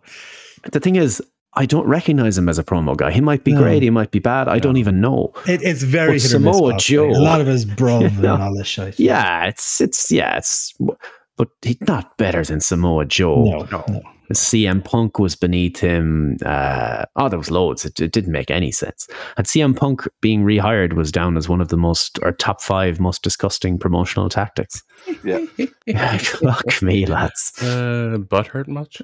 [SPEAKER 3] the thing is, I don't recognize him as a promo guy. He might be
[SPEAKER 4] No.
[SPEAKER 3] great, he might be bad. I don't even know.
[SPEAKER 4] It, it's very
[SPEAKER 3] But
[SPEAKER 4] hit or miss,
[SPEAKER 3] Samoa
[SPEAKER 4] Osprey.
[SPEAKER 3] Joe-
[SPEAKER 4] A lot of his brum and
[SPEAKER 3] Yeah.
[SPEAKER 4] all this shit.
[SPEAKER 3] Yeah, it's it's yeah, it's but he's not better than Samoa Joe.
[SPEAKER 4] No, no.
[SPEAKER 3] CM Punk was beneath him. Uh, oh, there was loads. It, it didn't make any sense. And CM Punk being rehired was down as one of the most or top five most disgusting promotional tactics.
[SPEAKER 6] Yeah.
[SPEAKER 3] Fuck me, lads.
[SPEAKER 5] Uh, butt hurt much?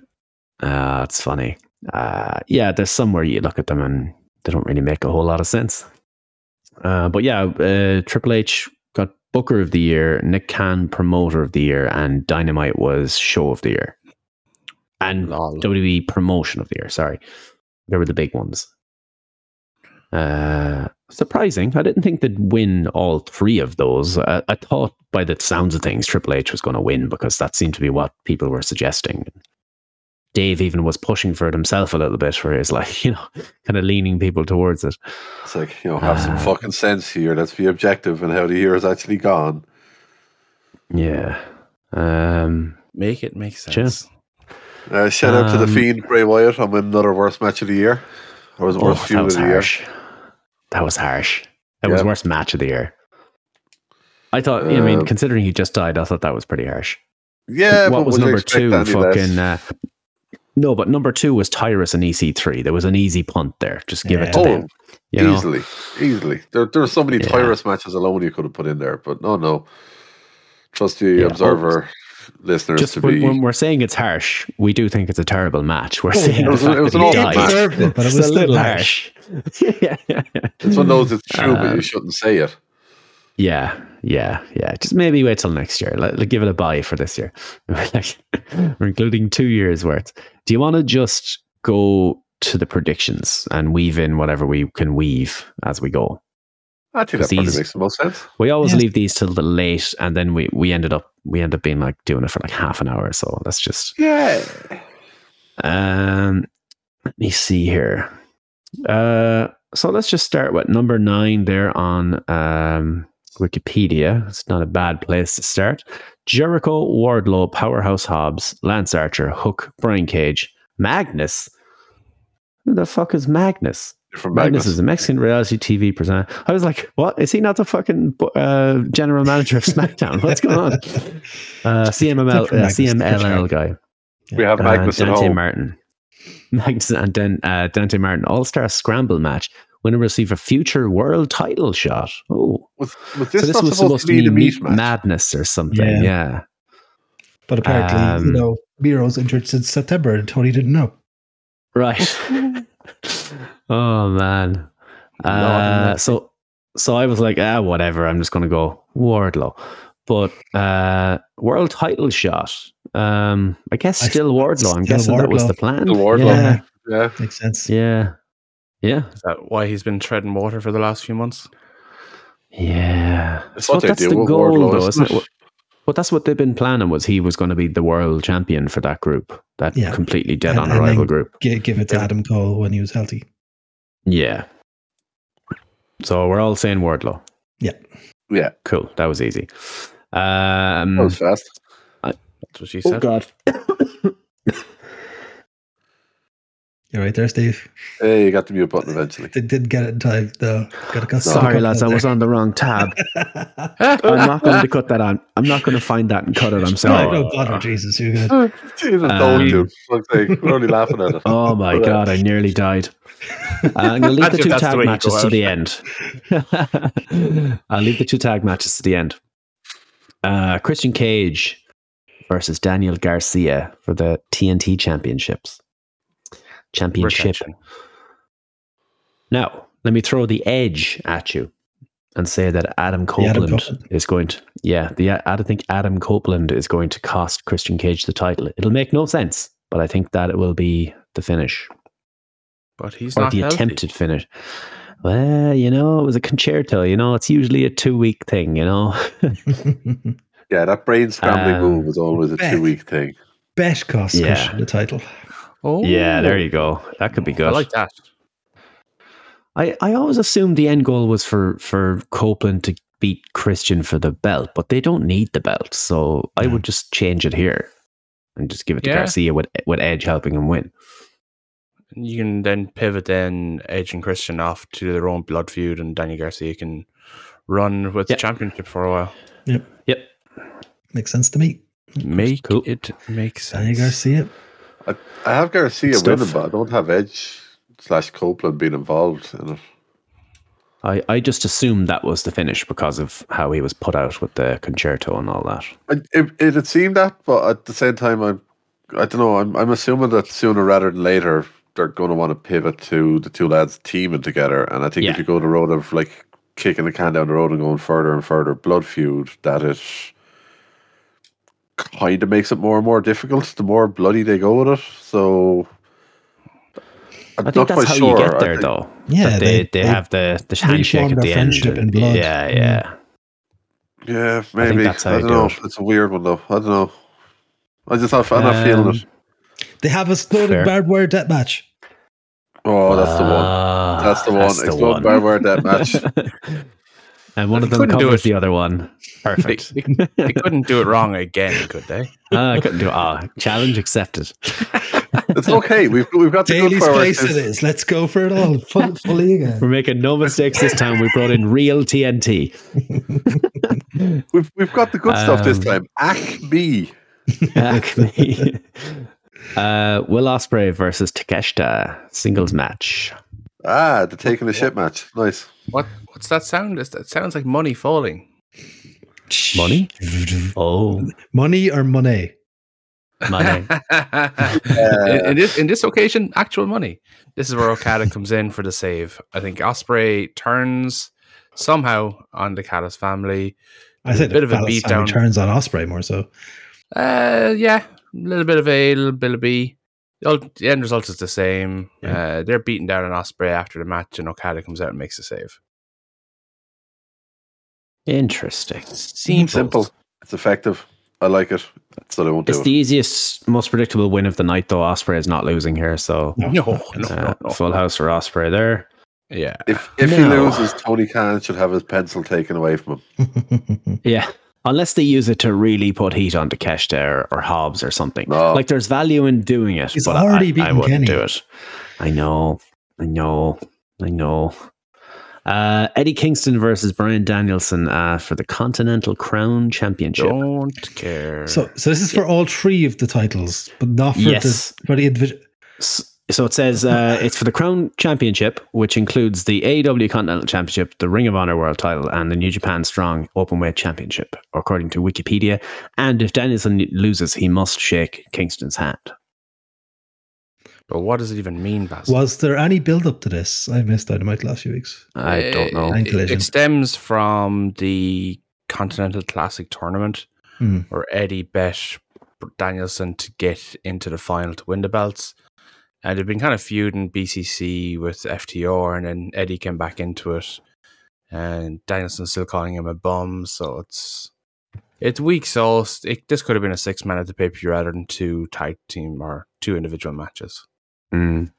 [SPEAKER 3] Uh, it's funny. Uh, yeah, there's somewhere you look at them and they don't really make a whole lot of sense. Uh, but yeah, uh, Triple H got Booker of the Year, Nick Khan Promoter of the Year, and Dynamite was Show of the Year. And
[SPEAKER 5] Lol.
[SPEAKER 3] WWE E Promotion of the Year, sorry. They were the big ones. Uh, surprising. I didn't think they'd win all three of those. I, I thought by the sounds of things, Triple H was going to win because that seemed to be what people were suggesting. Dave even was pushing for it himself a little bit, where he's like, you know, kind of leaning people towards it.
[SPEAKER 6] It's like, you know, have some
[SPEAKER 3] Ah.
[SPEAKER 6] fucking sense here. Let's be objective and how the year has actually gone.
[SPEAKER 3] Yeah. Um,
[SPEAKER 5] Make it make sense.
[SPEAKER 3] Sure.
[SPEAKER 6] Uh, shout out to the
[SPEAKER 3] Um,
[SPEAKER 6] Fiend Bray Wyatt on another worst match of the year. Or was it
[SPEAKER 3] oh,
[SPEAKER 6] worst feud
[SPEAKER 3] that
[SPEAKER 6] of
[SPEAKER 3] was
[SPEAKER 6] the year?
[SPEAKER 3] harsh. That was harsh. That was
[SPEAKER 6] Yeah.
[SPEAKER 3] worst match of the year. I thought, I mean,
[SPEAKER 6] Uh,
[SPEAKER 3] considering he just died, I thought that was pretty harsh.
[SPEAKER 6] Yeah,
[SPEAKER 3] what
[SPEAKER 6] but
[SPEAKER 3] was
[SPEAKER 6] would you
[SPEAKER 3] number
[SPEAKER 6] expect
[SPEAKER 3] two?
[SPEAKER 6] any less?
[SPEAKER 3] Fucking uh, no, but number two was Tyrus and EC3. There was an easy punt there. Just give it to
[SPEAKER 6] Oh,
[SPEAKER 3] them. You know,
[SPEAKER 6] easily, easily. There, there are so many
[SPEAKER 3] Yeah.
[SPEAKER 6] Tyrus matches alone you could have put in there, but no, no. Trust the
[SPEAKER 3] Yeah.
[SPEAKER 6] observer listeners
[SPEAKER 3] just
[SPEAKER 6] to
[SPEAKER 3] when,
[SPEAKER 6] be.
[SPEAKER 3] when we're saying it's harsh, we do think it's a terrible match. We're saying
[SPEAKER 6] it was-
[SPEAKER 3] the fact
[SPEAKER 6] it was
[SPEAKER 3] that
[SPEAKER 6] an
[SPEAKER 3] he
[SPEAKER 6] awful
[SPEAKER 3] died.
[SPEAKER 6] match.
[SPEAKER 4] Deserved it, but it
[SPEAKER 3] It's
[SPEAKER 4] was
[SPEAKER 3] a
[SPEAKER 4] still
[SPEAKER 3] little
[SPEAKER 4] harsh.
[SPEAKER 3] harsh. yeah, yeah,
[SPEAKER 6] it's one of those it's true, but
[SPEAKER 3] Um,
[SPEAKER 6] you shouldn't say it.
[SPEAKER 3] yeah, yeah, yeah. Just maybe wait till next year. Let, let- give it a buy for this year. Like, we're including two years worth. Do you want to just go to the predictions and weave in whatever we can weave as we go?
[SPEAKER 6] I think that probably
[SPEAKER 3] disease.
[SPEAKER 6] makes the most sense.
[SPEAKER 3] We always
[SPEAKER 4] Yes.
[SPEAKER 3] leave these till the late, and then we we ended up we end up being like doing it for like half an hour. So let's just
[SPEAKER 6] Yeah.
[SPEAKER 3] Um, let me see here. Uh, so let's just start with number nine there on um, Wikipedia. It's not a bad place to start. Jericho, Wardlow, Powerhouse Hobbs, Lance Archer, Hook, Brian Cage, Magnus. Who the fuck is Magnus?
[SPEAKER 6] From
[SPEAKER 3] Magnus,
[SPEAKER 6] Magnus.
[SPEAKER 3] is a Mexican reality TV presenter. I was like, what? Is he not the fucking uh, general manager of SmackDown? What's going on? Uh, CMML,
[SPEAKER 4] Different
[SPEAKER 3] uh,
[SPEAKER 4] Magnus, different
[SPEAKER 3] CMLL
[SPEAKER 4] channel.
[SPEAKER 3] guy.
[SPEAKER 6] We have Magnus
[SPEAKER 3] Uh,
[SPEAKER 6] at
[SPEAKER 3] Dante
[SPEAKER 6] home.
[SPEAKER 3] Martin. Magnus and Dan, uh, Dante Martin All Star Scramble match. Winner receive a future world title shot. Oh,
[SPEAKER 6] was, was this
[SPEAKER 3] so this
[SPEAKER 6] not
[SPEAKER 3] was
[SPEAKER 6] supposed to be the meat match?
[SPEAKER 3] madness or something. Yeah.
[SPEAKER 4] Yeah. But apparently,
[SPEAKER 3] Um,
[SPEAKER 4] you know, Miro's injured since September and Tony didn't know.
[SPEAKER 3] right. oh man.
[SPEAKER 5] Lord,
[SPEAKER 3] Uh, so, so I was like, ah, whatever. I'm just gonna go Wardlow, but uh, world title shot. Um, I guess
[SPEAKER 4] I-
[SPEAKER 3] still Wardlow. I'm
[SPEAKER 4] still
[SPEAKER 3] guessing that was
[SPEAKER 4] Wardlow.
[SPEAKER 3] the plan.
[SPEAKER 6] The Wardlow.
[SPEAKER 4] Yeah,
[SPEAKER 6] Yeah.
[SPEAKER 4] makes sense.
[SPEAKER 3] Yeah. Yeah.
[SPEAKER 5] Is that why he's been treading water for the last few months?
[SPEAKER 3] Yeah,
[SPEAKER 6] That's what they
[SPEAKER 3] that's
[SPEAKER 6] do
[SPEAKER 3] the
[SPEAKER 6] with
[SPEAKER 3] goal,
[SPEAKER 6] Wardlow,
[SPEAKER 3] though,
[SPEAKER 6] isn't
[SPEAKER 3] isn't it?
[SPEAKER 6] it?
[SPEAKER 3] But that's what they've been planning was he was going to be the world champion for that group, that
[SPEAKER 4] Yeah.
[SPEAKER 3] completely dead
[SPEAKER 4] And-
[SPEAKER 3] on
[SPEAKER 4] and
[SPEAKER 3] arrival
[SPEAKER 4] then-
[SPEAKER 3] group.
[SPEAKER 4] G- give it to Adam Cole when he was healthy.
[SPEAKER 3] Yeah. So we're all saying Wardlow.
[SPEAKER 6] Yeah.
[SPEAKER 3] Cool, that was easy. Um,
[SPEAKER 6] That was
[SPEAKER 3] Hmm.
[SPEAKER 6] fast.
[SPEAKER 5] That's what she said.
[SPEAKER 3] God!
[SPEAKER 4] You're right there, Steve.
[SPEAKER 6] Hey, you got the mute button eventually.
[SPEAKER 4] They did get it in time, though. Got a got
[SPEAKER 3] Sorry, lads, I was on the wrong tab.
[SPEAKER 4] oh,
[SPEAKER 5] Ah,
[SPEAKER 3] I'm not going to cut that on. I'm not going to find that and cut it. I'm
[SPEAKER 4] No,
[SPEAKER 3] sorry.
[SPEAKER 4] no, God, oh, Jesus, you're gonna.
[SPEAKER 6] Jesus, don't do. Fuck's sake, We're only laughing at it.
[SPEAKER 3] Um, Oh my god! I nearly died. Uh, I'm going to leave
[SPEAKER 5] Imagine
[SPEAKER 3] the
[SPEAKER 5] if
[SPEAKER 3] two
[SPEAKER 5] that's the
[SPEAKER 3] tag
[SPEAKER 5] way you
[SPEAKER 3] matches
[SPEAKER 5] go
[SPEAKER 3] to
[SPEAKER 5] out.
[SPEAKER 3] the end. I'll leave the two tag matches to the end. Uh, Christian Cage versus Daniel Garcia for the TNT Championships. Championship.
[SPEAKER 5] Retention.
[SPEAKER 3] Now, let me throw the edge at you and say that Adam Copeland,
[SPEAKER 4] Copeland.
[SPEAKER 3] is going to. Yeah, the I think Adam Copeland is going to cost Christian Cage the title. It'll make no sense, but I think that it will be the finish
[SPEAKER 5] But he's
[SPEAKER 3] or
[SPEAKER 5] not
[SPEAKER 3] the
[SPEAKER 5] healthy.
[SPEAKER 3] attempted finish. Well, you know, it was a concerto. You know, it's usually a two week thing. You know,
[SPEAKER 6] Yeah, that brain scrambling
[SPEAKER 3] Um,
[SPEAKER 6] move was always a
[SPEAKER 4] Beth.
[SPEAKER 6] two week thing.
[SPEAKER 4] Bet cost
[SPEAKER 3] Yeah.
[SPEAKER 4] Christian the title.
[SPEAKER 5] Oh,
[SPEAKER 3] yeah, there you go. That could be good.
[SPEAKER 5] I like that.
[SPEAKER 3] I, I always assumed the end goal was for for Copeland to beat Christian for the belt, but they don't need the belt, so I
[SPEAKER 4] No.
[SPEAKER 3] would just change it here and just give it to
[SPEAKER 5] Yeah.
[SPEAKER 3] Garcia with with Edge helping him win.
[SPEAKER 5] You can then pivot then Edge and Christian off to their own blood feud, and Danny Garcia can run with
[SPEAKER 3] Yeah.
[SPEAKER 5] the championship for a while.
[SPEAKER 4] Makes sense to me.
[SPEAKER 5] Make
[SPEAKER 3] Cool.
[SPEAKER 5] it make
[SPEAKER 4] Danny
[SPEAKER 5] sense.
[SPEAKER 4] Garcia.
[SPEAKER 6] I have Garcia
[SPEAKER 3] Good stuff.
[SPEAKER 6] winning, but I don't have Edge slash Copeland being involved in it.
[SPEAKER 3] I, I just assumed that was the finish because of how he was put out with the concerto and all that.
[SPEAKER 6] And It, it had seemed that, but at the same time, I'm, I don't know, I'm, I'm assuming that sooner rather than later, they're going to want to pivot to the two lads teaming together. And I think
[SPEAKER 3] Yeah.
[SPEAKER 6] if you go the road of like kicking the can down the road and going further and further, blood feud, that it kind of makes it more and more difficult the more bloody they go with it. So. I'm
[SPEAKER 3] I think that's how you get there,
[SPEAKER 6] I think,
[SPEAKER 3] though.
[SPEAKER 4] Yeah,
[SPEAKER 3] that they, they, have the, the handshake
[SPEAKER 4] reformed
[SPEAKER 3] at
[SPEAKER 4] our
[SPEAKER 3] the end.
[SPEAKER 4] friendship in blood.
[SPEAKER 3] Yeah,
[SPEAKER 4] Mm.
[SPEAKER 3] yeah.
[SPEAKER 6] Yeah, maybe. I,
[SPEAKER 3] that's how you
[SPEAKER 6] don't
[SPEAKER 3] do
[SPEAKER 6] know.
[SPEAKER 3] it.
[SPEAKER 6] It's a weird one, though. I don't know. I just, not, I'm not feeling
[SPEAKER 3] Um,
[SPEAKER 6] it.
[SPEAKER 4] They have us go to
[SPEAKER 3] Fair.
[SPEAKER 4] barbed wire death match.
[SPEAKER 6] Oh, that's the one.
[SPEAKER 3] Uh,
[SPEAKER 6] That's the one. Explode barbed wire death match.
[SPEAKER 3] and one of them
[SPEAKER 5] Couldn't do
[SPEAKER 3] covers
[SPEAKER 5] it.
[SPEAKER 3] the other one. Perfect.
[SPEAKER 5] They- They couldn't do it wrong again, could they?
[SPEAKER 3] ah, I couldn't do it. Ah, challenge accepted.
[SPEAKER 6] It's okay. We've we've got the good
[SPEAKER 4] Daily's
[SPEAKER 6] fireworks.
[SPEAKER 4] place it is. Let's go for it all. Full, fully again.
[SPEAKER 3] We're making no mistakes this time. We brought in real TNT.
[SPEAKER 6] We've we've got the good stuff this
[SPEAKER 3] Um,
[SPEAKER 6] time. Acme.
[SPEAKER 3] Acme. Ah, uh, Will Ospreay versus Takeshita singles match.
[SPEAKER 6] Ah, the taking the shit match. Nice.
[SPEAKER 5] What? What's that sound? Is that sounds like money falling?
[SPEAKER 3] Money? Oh,
[SPEAKER 4] Money or money?
[SPEAKER 3] money.
[SPEAKER 5] in, in this in this occasion, actual money. This is where Okada comes in for the save. I think Osprey turns somehow on the Caddis family.
[SPEAKER 4] I said
[SPEAKER 5] Bit of a
[SPEAKER 4] Palace
[SPEAKER 5] beatdown.
[SPEAKER 4] Returns on Osprey more so.
[SPEAKER 5] Uh, yeah, a little bit of A, a little bit of B. The ult- the end result is the same. Uh, they're beaten down on Osprey after the match, and Okada comes out and makes a save.
[SPEAKER 3] Interesting.
[SPEAKER 5] Simple.
[SPEAKER 6] Simple. It's effective. I like it. So they won't do
[SPEAKER 3] It's
[SPEAKER 6] it.
[SPEAKER 3] the easiest, most predictable win of the night, though. Osprey is not losing here, so
[SPEAKER 5] No, no, no,
[SPEAKER 3] uh,
[SPEAKER 5] no.
[SPEAKER 3] full house for Osprey there.
[SPEAKER 5] Yeah,
[SPEAKER 6] If if he
[SPEAKER 3] No.
[SPEAKER 6] loses, Tony Khan should have his pencil taken away from him.
[SPEAKER 3] Yeah. Unless they use it to really put heat on Takeshita or, or Hobbs or something.
[SPEAKER 6] No.
[SPEAKER 3] Like there's value in doing it,
[SPEAKER 4] He's
[SPEAKER 3] but I,
[SPEAKER 4] already
[SPEAKER 3] I
[SPEAKER 4] beaten
[SPEAKER 3] wouldn't
[SPEAKER 4] Kenny.
[SPEAKER 3] do it. I know. I know. I know. Uh, Eddie Kingston versus Brian Danielson uh, for the Continental Crown Championship.
[SPEAKER 5] don't care.
[SPEAKER 4] so, so this is for all three of the titles, but not for
[SPEAKER 3] Yes.
[SPEAKER 4] the for the individual.
[SPEAKER 3] S- So it says uh, it's for the Crown Championship, which includes the AEW Continental Championship, the Ring of Honor World Title, and the New Japan Strong Openweight Championship, according to Wikipedia. And if Danielson loses, he must shake Kingston's hand.
[SPEAKER 5] but what does it even mean, Basil?
[SPEAKER 4] Was there any build up to this? I missed Dynamite last few weeks.
[SPEAKER 3] I don't know.
[SPEAKER 4] Mind
[SPEAKER 5] Eh, It,
[SPEAKER 4] collision.
[SPEAKER 5] it stems from the Continental Classic tournament
[SPEAKER 4] Hmm.
[SPEAKER 5] where Eddie bet Danielson to get into the final to win the belts. And they've been kind of feuding BCC with FTR, and then Eddie came back into it. And Danielson's still calling him a bum, so it's it's weak sauce. It, this could have been a six man at the pay per view rather than two tag team or two individual matches.
[SPEAKER 3] Mm.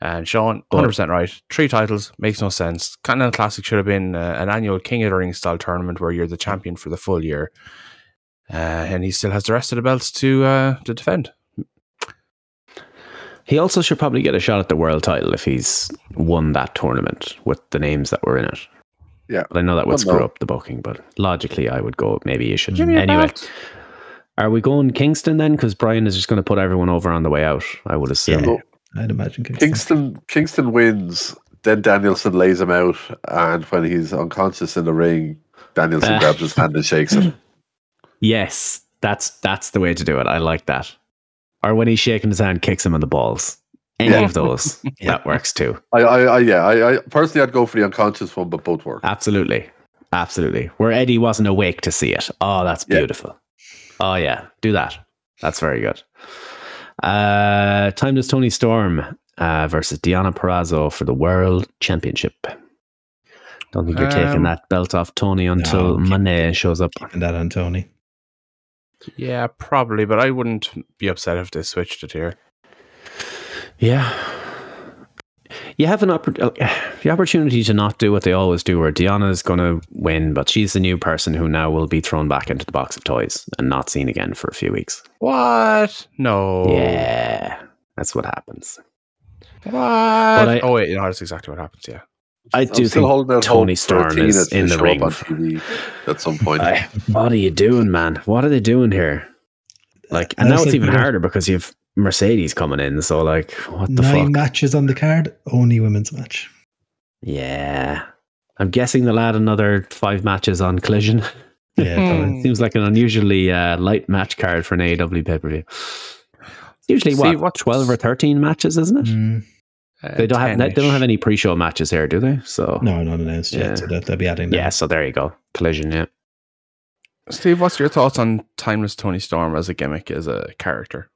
[SPEAKER 5] And Sean,
[SPEAKER 3] But-
[SPEAKER 5] 100% right. Three titles makes no sense. Continental Classic should have been uh, an annual King of the Ring style tournament where you're the champion for the full year. Uh, and he still has the rest of the belts to uh, to defend.
[SPEAKER 3] He also should probably get a shot at the world title if he's won that tournament with the names that were in it.
[SPEAKER 6] Yeah.
[SPEAKER 3] But I know that would
[SPEAKER 6] Well,
[SPEAKER 3] screw
[SPEAKER 6] no.
[SPEAKER 3] up the booking, but logically, I would go maybe you should. Anyway, are we going Kingston then? Because Brian is just going to put everyone over on the way out, I would assume.
[SPEAKER 4] Yeah.
[SPEAKER 6] No.
[SPEAKER 4] I'd imagine Kingston.
[SPEAKER 6] Kingston Kingston wins. Then Danielson lays him out, and when he's unconscious in the ring, Danielson
[SPEAKER 3] Ah.
[SPEAKER 6] grabs his hand and shakes it.
[SPEAKER 3] Yes, that's that's the way to do it. I like that. Or when he's shaking his hand, kicks him in the balls. Any
[SPEAKER 6] Yeah.
[SPEAKER 3] of those that works too.
[SPEAKER 6] I, I, I yeah, I, I personally, I'd go for the unconscious one, but both work.
[SPEAKER 3] Absolutely, absolutely. Where Eddie wasn't awake to see it. Oh, that's
[SPEAKER 6] Yeah.
[SPEAKER 3] beautiful. Oh yeah, do that. That's very good. Uh, timeless Tony Storm uh, versus Diana Perrazzo for the World Championship. Don't think you're
[SPEAKER 5] Um,
[SPEAKER 3] taking that belt off Tony until
[SPEAKER 4] keep-
[SPEAKER 3] Monet shows up.
[SPEAKER 4] and that on Tony.
[SPEAKER 5] Yeah, probably, but I wouldn't be upset if they switched it here.
[SPEAKER 3] Yeah. You have an oppor- uh, the opportunity to not do what they always do, where Diana's going to win, but she's the new person who now will be thrown back into the box of toys and not seen again for a few weeks.
[SPEAKER 5] What? No.
[SPEAKER 3] Yeah, that's what happens.
[SPEAKER 5] What?
[SPEAKER 3] I-
[SPEAKER 5] oh, wait, no, that's exactly what happens, yeah.
[SPEAKER 3] I
[SPEAKER 6] I'm
[SPEAKER 3] do
[SPEAKER 6] still
[SPEAKER 3] think.
[SPEAKER 6] holding out
[SPEAKER 3] Tony
[SPEAKER 6] hope for
[SPEAKER 3] Storm
[SPEAKER 6] Athena
[SPEAKER 3] is
[SPEAKER 6] to
[SPEAKER 3] in the
[SPEAKER 6] show up
[SPEAKER 3] ring.
[SPEAKER 6] on TV at some point.
[SPEAKER 3] I- what are you doing, man? What are they doing here? Like, and
[SPEAKER 4] I
[SPEAKER 3] now
[SPEAKER 4] was
[SPEAKER 3] it's even
[SPEAKER 4] thinking about
[SPEAKER 3] harder because you have Mercedes coming in. So, like, what the
[SPEAKER 4] Nine
[SPEAKER 3] fuck?
[SPEAKER 4] matches on the card, only women's match.
[SPEAKER 3] yeah, I'm guessing they'll add another five matches on Collision.
[SPEAKER 4] Yeah, probably.
[SPEAKER 5] Hmm.
[SPEAKER 3] Seems like an unusually uh, light match card for an AEW pay per view. Usually,
[SPEAKER 5] See,
[SPEAKER 3] what,
[SPEAKER 5] what's-
[SPEAKER 3] twelve or thirteen matches, isn't it?
[SPEAKER 4] Hmm.
[SPEAKER 5] Uh,
[SPEAKER 3] They don't have they
[SPEAKER 5] 10-ish.
[SPEAKER 3] don't have any pre-show matches here, do they? So
[SPEAKER 4] No, not announced
[SPEAKER 3] Yeah.
[SPEAKER 4] yet. So that they'll be adding that.
[SPEAKER 3] yeah, so there you go, collision. Yeah,
[SPEAKER 5] Steve, what's your thoughts on Timeless Tony Storm as a gimmick, as a character?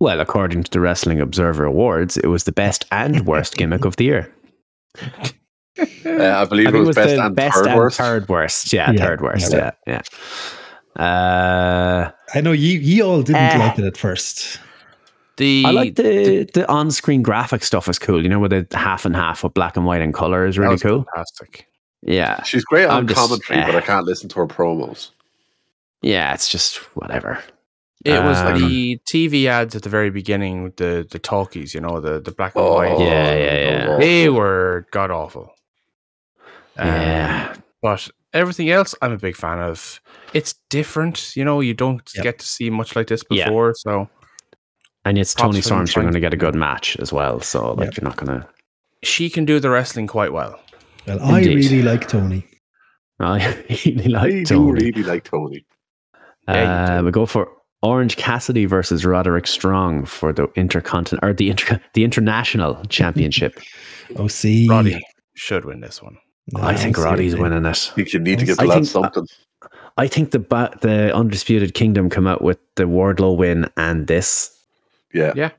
[SPEAKER 3] well, according to the Wrestling Observer Awards, it was the best and worst gimmick of the year.
[SPEAKER 6] Uh, I believe
[SPEAKER 3] I
[SPEAKER 6] it
[SPEAKER 3] think
[SPEAKER 6] was best and third worst.
[SPEAKER 3] third worst. Yeah,
[SPEAKER 4] Yeah,
[SPEAKER 3] third worst.
[SPEAKER 4] yeah.
[SPEAKER 3] Yeah, yeah. Uh,
[SPEAKER 4] I know you, you all didn't
[SPEAKER 3] Eh.
[SPEAKER 4] like it at first.
[SPEAKER 5] The
[SPEAKER 3] I like the the on screen graphic stuff is cool. You know, with the half and half with black and white and color is
[SPEAKER 5] that
[SPEAKER 3] really
[SPEAKER 5] was
[SPEAKER 3] cool.
[SPEAKER 5] Fantastic.
[SPEAKER 3] Yeah,
[SPEAKER 6] She's great on
[SPEAKER 3] I'm just-
[SPEAKER 6] commentary,
[SPEAKER 3] eh.
[SPEAKER 6] but I can't listen to her promos.
[SPEAKER 3] yeah, it's just whatever.
[SPEAKER 5] It was
[SPEAKER 3] Um,
[SPEAKER 5] the TV ads at the very beginning, with the the talkies, you know, the the black and
[SPEAKER 6] Oh,
[SPEAKER 5] white.
[SPEAKER 3] Yeah, yeah, yeah.
[SPEAKER 6] no.
[SPEAKER 5] They were god awful. Um,
[SPEAKER 3] yeah,
[SPEAKER 5] But everything else, I'm a big fan of. It's different, you know. You don't
[SPEAKER 4] Yep.
[SPEAKER 5] get to see much like this
[SPEAKER 3] Yeah.
[SPEAKER 5] before, so
[SPEAKER 3] and it's
[SPEAKER 5] props
[SPEAKER 3] Tony
[SPEAKER 5] for them
[SPEAKER 3] Storm. so You're
[SPEAKER 5] trying
[SPEAKER 3] going
[SPEAKER 5] to
[SPEAKER 3] to get a good match as well. So like, you're not going to.
[SPEAKER 5] she can do the wrestling quite well.
[SPEAKER 4] Well, I
[SPEAKER 3] Indeed.
[SPEAKER 4] really like Tony.
[SPEAKER 3] I really
[SPEAKER 6] I
[SPEAKER 3] like
[SPEAKER 6] do
[SPEAKER 3] Tony.
[SPEAKER 6] really like Tony.
[SPEAKER 5] Yeah,
[SPEAKER 3] Uh, we go for Orange Cassidy versus Roderick Strong for the intercontinent or the inter- the international championship.
[SPEAKER 4] Oh, see,
[SPEAKER 5] Roddy should win this one.
[SPEAKER 4] No,
[SPEAKER 3] I think Roddy's
[SPEAKER 4] seriously.
[SPEAKER 3] winning it.
[SPEAKER 6] I think you need to give
[SPEAKER 3] I
[SPEAKER 6] the lad
[SPEAKER 3] think- uh,
[SPEAKER 6] something.
[SPEAKER 3] I think the ba- the undisputed kingdom come out with the Wardlow win and this,
[SPEAKER 6] yeah.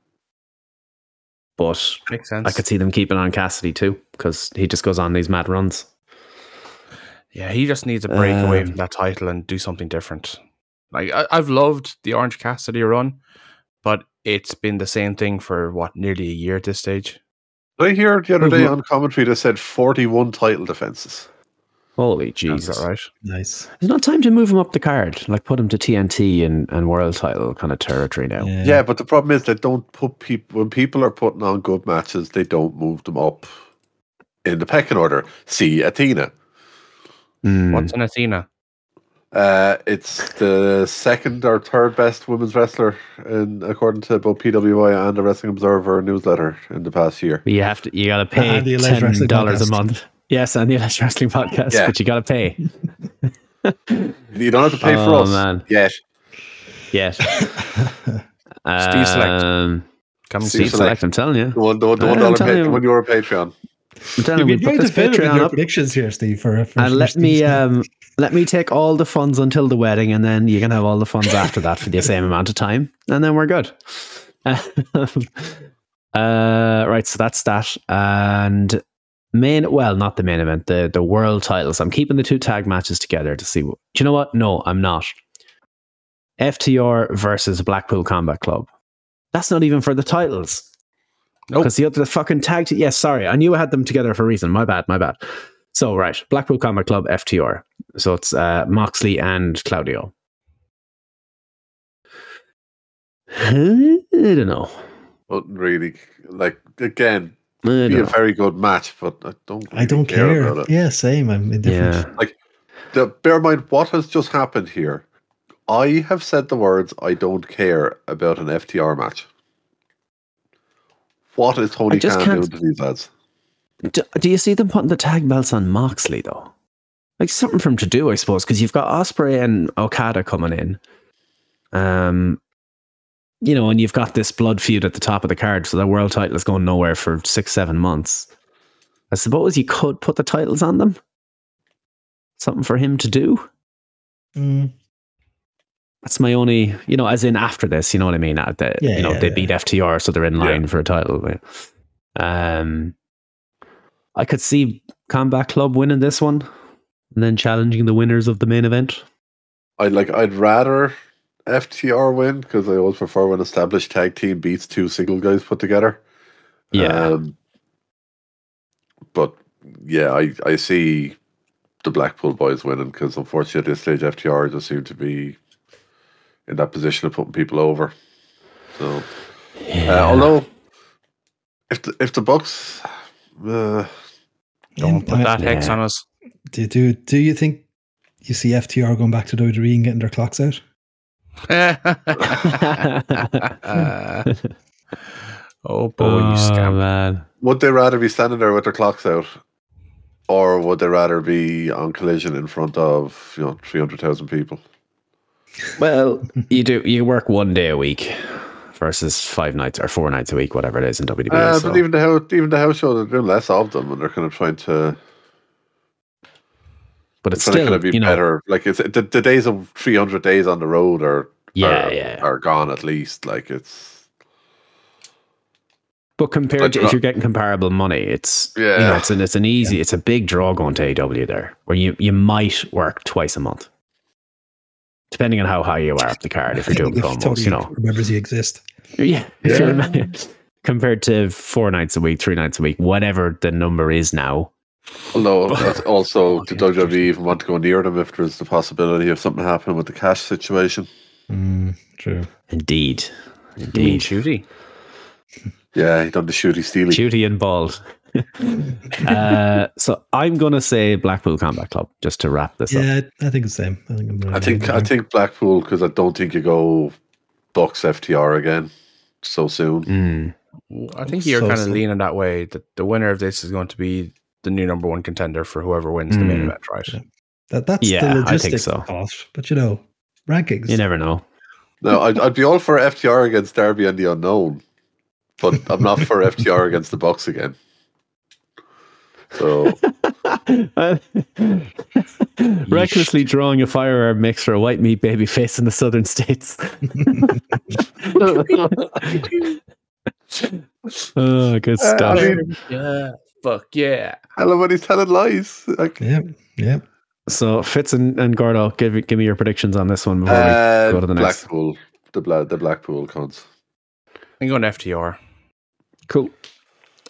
[SPEAKER 3] but
[SPEAKER 5] Makes sense.
[SPEAKER 3] I could see them keeping on Cassidy too because he just goes on these mad runs.
[SPEAKER 5] Yeah, he just needs a break away from
[SPEAKER 3] Um,
[SPEAKER 5] that title and do something different. Like I, I've loved the Orange Cassidy run, but it's been the same thing for what nearly a year at this stage.
[SPEAKER 6] Did I hear the other day
[SPEAKER 3] Mhm.
[SPEAKER 6] on commentary they said 41 title defenses?
[SPEAKER 3] Holy
[SPEAKER 5] Is
[SPEAKER 3] Jesus!
[SPEAKER 5] that right?
[SPEAKER 4] Nice.
[SPEAKER 3] It's not time to move him up the card, like put him to TNT and, and world title kind of territory now.
[SPEAKER 6] Yeah. but the problem is they don't put people, when people are putting on good matches, they don't move them up in the pecking order. See Athena.
[SPEAKER 3] Mm.
[SPEAKER 5] What's an Athena?
[SPEAKER 6] Uh, it's the second or third best women's wrestler, in, according to both PWI and the Wrestling Observer newsletter in the past year.
[SPEAKER 3] But you have to, you gotta pay
[SPEAKER 4] And the Alleged
[SPEAKER 3] ten
[SPEAKER 4] Wrestling
[SPEAKER 3] dollars a
[SPEAKER 4] Podcast.
[SPEAKER 3] month. Yes, and the Alleged Wrestling Podcast,
[SPEAKER 6] Yeah.
[SPEAKER 3] but you gotta pay.
[SPEAKER 6] You don't have to pay for
[SPEAKER 3] Oh,
[SPEAKER 6] us
[SPEAKER 3] man.
[SPEAKER 6] yet.
[SPEAKER 3] Yes.
[SPEAKER 5] Steve Select.
[SPEAKER 3] Um,
[SPEAKER 5] Come
[SPEAKER 6] See
[SPEAKER 5] see.
[SPEAKER 3] Steve
[SPEAKER 6] Select.
[SPEAKER 3] Select. I'm telling you.
[SPEAKER 6] The one, the one, the
[SPEAKER 3] I'm
[SPEAKER 6] one dollar, pa-
[SPEAKER 3] telling
[SPEAKER 6] the
[SPEAKER 3] you.
[SPEAKER 6] one euro Patreon.
[SPEAKER 3] I'm telling you.
[SPEAKER 4] You've
[SPEAKER 3] We put
[SPEAKER 4] been very
[SPEAKER 3] Oh, this
[SPEAKER 4] definitive in
[SPEAKER 3] Patreon
[SPEAKER 4] your
[SPEAKER 3] up,
[SPEAKER 4] predictions here, Steve. For, for for
[SPEAKER 3] and let
[SPEAKER 4] Steve's
[SPEAKER 3] me
[SPEAKER 4] next-
[SPEAKER 3] um, let me take all the funds until the wedding, and then you can have all the funds after that for the same amount of time, and then we're good. uh, right, so that's that, and main well, not the main event, the the world titles. I'm keeping the two tag matches together to see. wh- Do you know what? No, I'm not. FTR versus Blackpool Combat Club. That's not even for the titles.
[SPEAKER 5] Nope.
[SPEAKER 3] Because the other the fucking tag. Te- yes, sorry. I knew I had them together for a reason. My bad. My bad. So, right. Blackpool Combat Club, FTR. So it's uh, Moxley and Claudio. Huh? I don't know.
[SPEAKER 6] But really, like again,
[SPEAKER 3] I don't
[SPEAKER 6] be a
[SPEAKER 3] know.
[SPEAKER 6] very good match, but I don't.
[SPEAKER 4] I
[SPEAKER 6] really
[SPEAKER 4] don't
[SPEAKER 6] care,
[SPEAKER 4] care.
[SPEAKER 6] about it.
[SPEAKER 4] Yeah, same. I'm indifferent.
[SPEAKER 3] Yeah.
[SPEAKER 6] The, bear in mind what has just happened here. I have said the words "I don't care" about an FTR match. What is Tony
[SPEAKER 3] I just
[SPEAKER 6] Khan
[SPEAKER 3] can't-
[SPEAKER 6] doing to these lads?
[SPEAKER 3] Do, do you see them putting the tag belts on Moxley, though? Like something for him to do, I suppose, because you've got Osprey and Okada coming in. Um, you know, and you've got this blood feud at the top of the card, so the world title is going nowhere for six, seven months. I suppose you could put the titles on them. Something for him to do.
[SPEAKER 4] Mm,
[SPEAKER 3] That's my only, you know, as in after this, you know what I mean? At the,
[SPEAKER 4] Yeah,
[SPEAKER 3] you know,
[SPEAKER 4] yeah,
[SPEAKER 3] they
[SPEAKER 4] yeah.
[SPEAKER 3] beat FTR, so they're in
[SPEAKER 6] Yeah.
[SPEAKER 3] line for a title. Um, I could see Combat Club winning this one and then challenging the winners of the main event.
[SPEAKER 6] I like. I'd rather FTR win because I always prefer when established tag team beats two single guys put together.
[SPEAKER 3] Uh,
[SPEAKER 6] Um, but yeah, I, I see the Blackpool boys winning because unfortunately at this stage FTR just seem to be in that position of putting people over. So uh, although if the, if the Bucks, uh,
[SPEAKER 5] Don't
[SPEAKER 4] and,
[SPEAKER 5] put
[SPEAKER 4] uh,
[SPEAKER 5] that hex
[SPEAKER 3] Yeah.
[SPEAKER 5] on us.
[SPEAKER 4] Do, do do you think you see FTR going back to WWE and getting their clocks out?
[SPEAKER 5] oh boy, you scam!
[SPEAKER 3] man.
[SPEAKER 6] would they rather be standing there with their clocks out, or would they rather be on collision in front of you know three hundred thousand people?
[SPEAKER 3] Well, you do, you work one day a week versus five nights or four nights a week, whatever it is in WWE.
[SPEAKER 6] Uh,
[SPEAKER 3] so-
[SPEAKER 6] but even the house, even the house show, they're doing less of them, and they're kind of trying to
[SPEAKER 3] but it's
[SPEAKER 6] it's still,
[SPEAKER 3] still,
[SPEAKER 6] going to be
[SPEAKER 3] you know,
[SPEAKER 6] better. Like it's the, the days of 300 days on the road are
[SPEAKER 3] yeah,
[SPEAKER 6] are,
[SPEAKER 3] yeah.
[SPEAKER 6] are gone at least. Like it's
[SPEAKER 3] But compared
[SPEAKER 6] Like,
[SPEAKER 3] to
[SPEAKER 6] uh,
[SPEAKER 3] if you're getting comparable money, it's yeah,
[SPEAKER 6] Yeah.
[SPEAKER 3] it's an it's an easy, it's a big draw going to AW there, where you you might work twice a month. depending on how high you are up the card, if you're doing
[SPEAKER 4] If
[SPEAKER 3] combos,
[SPEAKER 4] Tony
[SPEAKER 3] you know,
[SPEAKER 4] remembers you exist.
[SPEAKER 3] yeah, if you're a- compared to four nights a week, three nights a week, whatever the number is now.
[SPEAKER 6] Although that's also, did WWE even E want to go near them if there's the possibility of something happening with the cash situation?
[SPEAKER 4] Mm, true.
[SPEAKER 3] Indeed,
[SPEAKER 5] You mean
[SPEAKER 3] indeed,
[SPEAKER 5] shooty?
[SPEAKER 6] Yeah, he done the shooty steely.
[SPEAKER 3] shooty and bald. uh, so I'm gonna say Blackpool Combat Club just to wrap this up.
[SPEAKER 4] Yeah, I think it's the same. I think I'm gonna
[SPEAKER 6] I think I think Blackpool because I don't think you go Bucks FTR again so soon.
[SPEAKER 3] Mm.
[SPEAKER 5] I think you're
[SPEAKER 4] So
[SPEAKER 5] kind of
[SPEAKER 4] slim.
[SPEAKER 5] leaning that way that the winner of this is going to be the new number one contender for whoever wins the main
[SPEAKER 3] Mm.
[SPEAKER 5] event, right?
[SPEAKER 4] Yeah. that, that's
[SPEAKER 3] Yeah, I
[SPEAKER 4] the
[SPEAKER 3] think
[SPEAKER 4] logistics
[SPEAKER 3] so.
[SPEAKER 4] cost. But you know, rankings.
[SPEAKER 3] You never know.
[SPEAKER 6] No, I'd, I'd be all for FTR against Derby and the Unknown, but I'm not for FTR against the Bucks again. So
[SPEAKER 3] Recklessly drawing a firearm mix for a white meat baby face in the southern states. oh, good
[SPEAKER 6] Uh,
[SPEAKER 3] stuff.
[SPEAKER 6] I mean,
[SPEAKER 5] Yeah. Fuck yeah.
[SPEAKER 6] tell him when he's telling lies. Like,
[SPEAKER 4] yeah, yeah.
[SPEAKER 3] so Fitz and, and Gordo, give give me your predictions on this one before
[SPEAKER 6] uh,
[SPEAKER 3] we go to the next.
[SPEAKER 6] Blackpool, the Bla- the Blackpool cons.
[SPEAKER 5] I'm going FTR.
[SPEAKER 3] Cool.